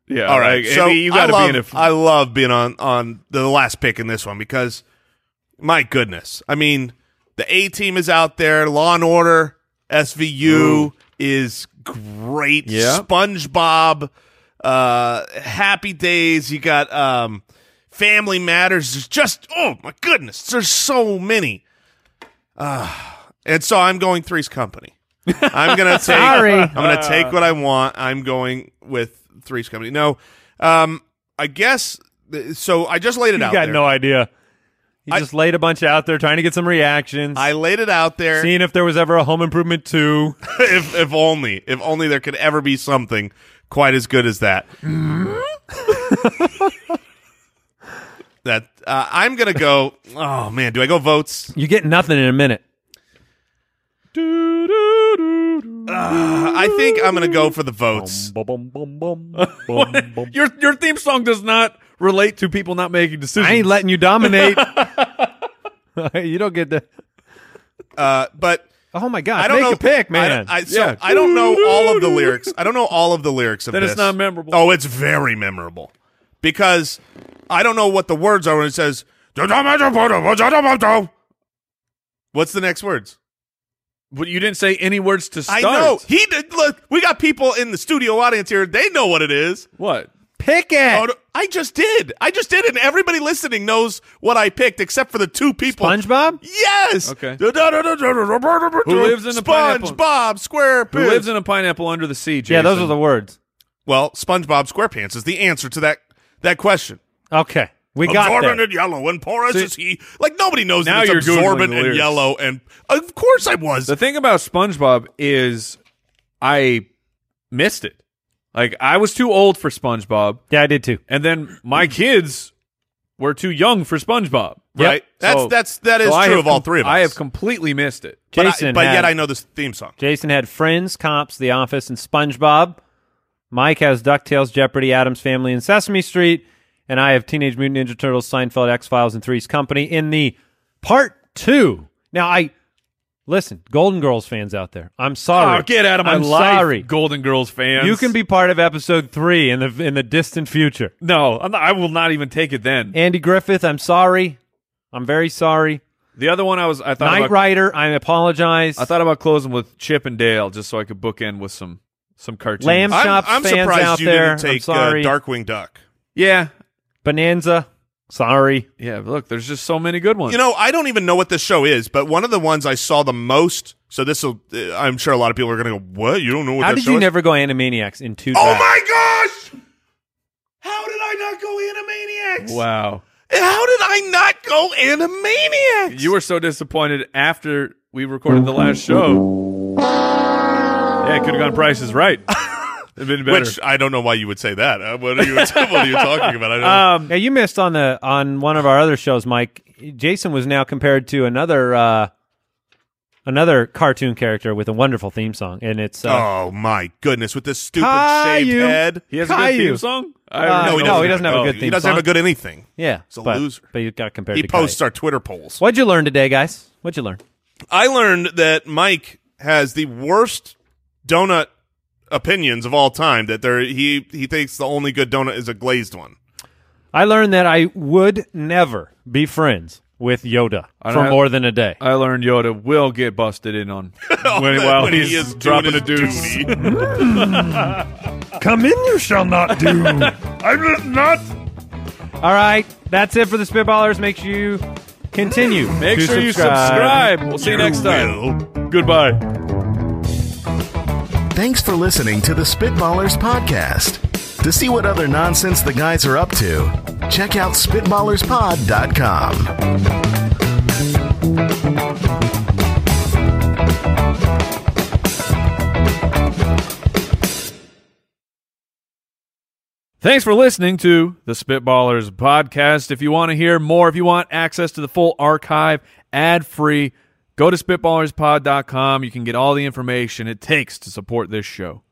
Speaker 4: yeah.
Speaker 1: All right,
Speaker 4: like,
Speaker 1: so
Speaker 4: Andy, you
Speaker 1: I
Speaker 4: got to
Speaker 1: love
Speaker 4: be in a.
Speaker 1: I love being on on the last pick in this one because my goodness, I mean the A team is out there. Law and Order, SVU is great.
Speaker 4: Yeah.
Speaker 1: SpongeBob, uh, Happy Days. You got um, Family Matters. There's just oh my goodness, there's so many. Uh, and so I'm going Three's Company. I'm gonna take.
Speaker 3: Sorry.
Speaker 1: I'm gonna take what I want. I'm going with Three's Company. No, um, I guess. th- So I just laid it
Speaker 3: You
Speaker 1: out.
Speaker 3: got
Speaker 1: there.
Speaker 3: no idea. He
Speaker 1: I-
Speaker 3: just laid a bunch out there trying to get some reactions.
Speaker 1: I laid it out there.
Speaker 3: seeing if there was ever a Home Improvement 2.
Speaker 1: if if only, if only there could ever be something quite as good as that.
Speaker 3: Mm-hmm.
Speaker 1: that uh, I'm gonna go. Oh man, do I go votes?
Speaker 3: You get nothing in a minute.
Speaker 1: Uh, I think I'm gonna go for the votes.
Speaker 4: your your theme song does not relate to people not making decisions.
Speaker 3: I ain't letting you dominate. you don't get the.
Speaker 1: Uh, but
Speaker 3: Oh my God!
Speaker 1: I don't
Speaker 3: Make
Speaker 1: know.
Speaker 3: a pick,
Speaker 1: I
Speaker 3: man.
Speaker 1: don't- I, so
Speaker 4: Yeah.
Speaker 1: I don't know all of the lyrics. I don't know all of the lyrics of
Speaker 4: Then
Speaker 1: this.
Speaker 4: it's not memorable.
Speaker 1: Oh, it's very memorable because I don't know what the words are when it says. What's the next words?
Speaker 4: but you didn't say any words to start.
Speaker 1: I know he did. Look, we got people in the studio audience here. They know what it is.
Speaker 4: What?
Speaker 3: pick it.
Speaker 1: Oh, no, I just did. I just did, and everybody listening knows what I picked, except for the two people.
Speaker 3: SpongeBob.
Speaker 1: Yes.
Speaker 4: Okay.
Speaker 1: Who lives
Speaker 4: in the pineapple?
Speaker 1: SpongeBob SquarePants?
Speaker 4: Who lives in a pineapple under the sea? Jason?
Speaker 3: Yeah, those are the words.
Speaker 1: Well, SpongeBob SquarePants is the answer to that that question.
Speaker 3: Okay, we got
Speaker 1: absorbent
Speaker 3: that.
Speaker 1: and yellow and porous
Speaker 4: See-
Speaker 1: is he. Like nobody knows
Speaker 4: Now
Speaker 1: that it's
Speaker 4: you're Googling
Speaker 1: absorbent
Speaker 4: the
Speaker 1: and
Speaker 4: lyrics.
Speaker 1: yellow and of course I was.
Speaker 4: The thing about SpongeBob is I missed it. Like I was too old for SpongeBob,
Speaker 3: Yeah, I did too.
Speaker 4: and then my kids were too young for SpongeBob.
Speaker 1: right? That's
Speaker 4: So-
Speaker 1: that's that is
Speaker 4: so I
Speaker 1: true
Speaker 4: have
Speaker 1: of all
Speaker 4: com-
Speaker 1: three of us.
Speaker 4: I have completely missed it.
Speaker 1: but, I-
Speaker 3: Jason,
Speaker 1: but
Speaker 3: had,
Speaker 1: yet I know this theme song.
Speaker 3: Jason had Friends, Cops, The Office, and SpongeBob. Mike has Ducktales, Jeopardy, Adam's Family, and Sesame Street. And I have Teenage Mutant Ninja Turtles, Seinfeld, X Files, and Three's Company in the part two. Now I listen, Golden Girls fans out there. I'm sorry.
Speaker 4: Oh, get out of my
Speaker 3: I'm
Speaker 4: life,
Speaker 3: Sorry.
Speaker 4: Golden Girls fans.
Speaker 3: You can be part of episode three in the in the distant future.
Speaker 4: no. I'm not, I will not even take it then.
Speaker 3: Andy Griffith, I'm sorry. I'm very sorry.
Speaker 4: The other one I was I thought
Speaker 3: Knight
Speaker 4: about,
Speaker 3: Rider, I apologize.
Speaker 4: I thought about closing with Chip and Dale just so I could book in with some some cartoons.
Speaker 3: Lamb-
Speaker 1: I'm,
Speaker 3: Shop
Speaker 1: I'm
Speaker 3: fans
Speaker 1: surprised
Speaker 3: out
Speaker 1: you
Speaker 3: there, I'm
Speaker 1: didn't take
Speaker 3: sorry.
Speaker 1: Uh, Darkwing Duck.
Speaker 4: yeah,
Speaker 3: Bonanza, sorry.
Speaker 4: yeah. but Look, there's just so many good ones.
Speaker 1: You know, I don't even know what this show is, but one of the ones I saw the most. So this will, uh, I'm sure a lot of people are going to go, "What? You don't know what
Speaker 3: How
Speaker 1: that
Speaker 3: did
Speaker 1: show
Speaker 3: you
Speaker 1: is?"
Speaker 3: never go Animaniacs in two?
Speaker 1: oh
Speaker 3: drafts?
Speaker 1: my gosh! How did I not go Animaniacs?
Speaker 4: wow.
Speaker 1: How did I not go Animaniacs?
Speaker 4: You were so disappointed after we recorded the last show. Yeah, it could have gone Price is Right. It'd been better.
Speaker 1: Which I don't know why you would say that. Uh, What are you, what are you talking about? I don't
Speaker 3: Yeah, you missed on the on one of our other shows, Mike. Jason was now compared to another uh, another cartoon character with a wonderful theme song, and it's uh,
Speaker 1: oh my goodness! With this stupid shaved
Speaker 3: Caillou.
Speaker 1: head.
Speaker 4: he has a good
Speaker 3: Caillou.
Speaker 4: theme song. I
Speaker 3: Uh,
Speaker 4: don't
Speaker 3: no,
Speaker 4: know.
Speaker 3: he doesn't have a
Speaker 1: Oh,
Speaker 3: good
Speaker 1: He
Speaker 3: theme
Speaker 1: doesn't have a
Speaker 3: song.
Speaker 1: good anything.
Speaker 3: yeah,
Speaker 1: He's a
Speaker 3: but,
Speaker 1: loser.
Speaker 3: But you got compared.
Speaker 1: He
Speaker 3: to
Speaker 1: posts
Speaker 3: Kai.
Speaker 1: our Twitter polls.
Speaker 3: What'd you learn today, guys? What'd you learn?
Speaker 1: I learned that Mike has the worst donut opinions of all time. That there, he he thinks the only good donut is a glazed one.
Speaker 3: I learned that I would never be friends with Yoda
Speaker 4: I
Speaker 3: for
Speaker 4: don't- Uh,
Speaker 3: more than a day.
Speaker 4: Oh, I learned Yoda will get busted in on when, while
Speaker 1: When
Speaker 4: he's
Speaker 1: he is
Speaker 4: dropping a
Speaker 1: doing his
Speaker 4: deuce.
Speaker 1: duty.
Speaker 5: Come in, you shall not do. I'm not.
Speaker 3: All right, that's it for the Spitballers. Make sure you continue.
Speaker 4: Make
Speaker 3: to
Speaker 4: sure you subscribe. We'll see you next time. Goodbye.
Speaker 2: Thanks for listening to the Spitballers Podcast. To see what other nonsense the guys are up to, check out SpitballersPod.com.
Speaker 4: Thanks for listening to the Spitballers podcast. If you want to hear more, if you want access to the full archive ad free, go to spitballerspod.com. You can get all the information it takes to support this show.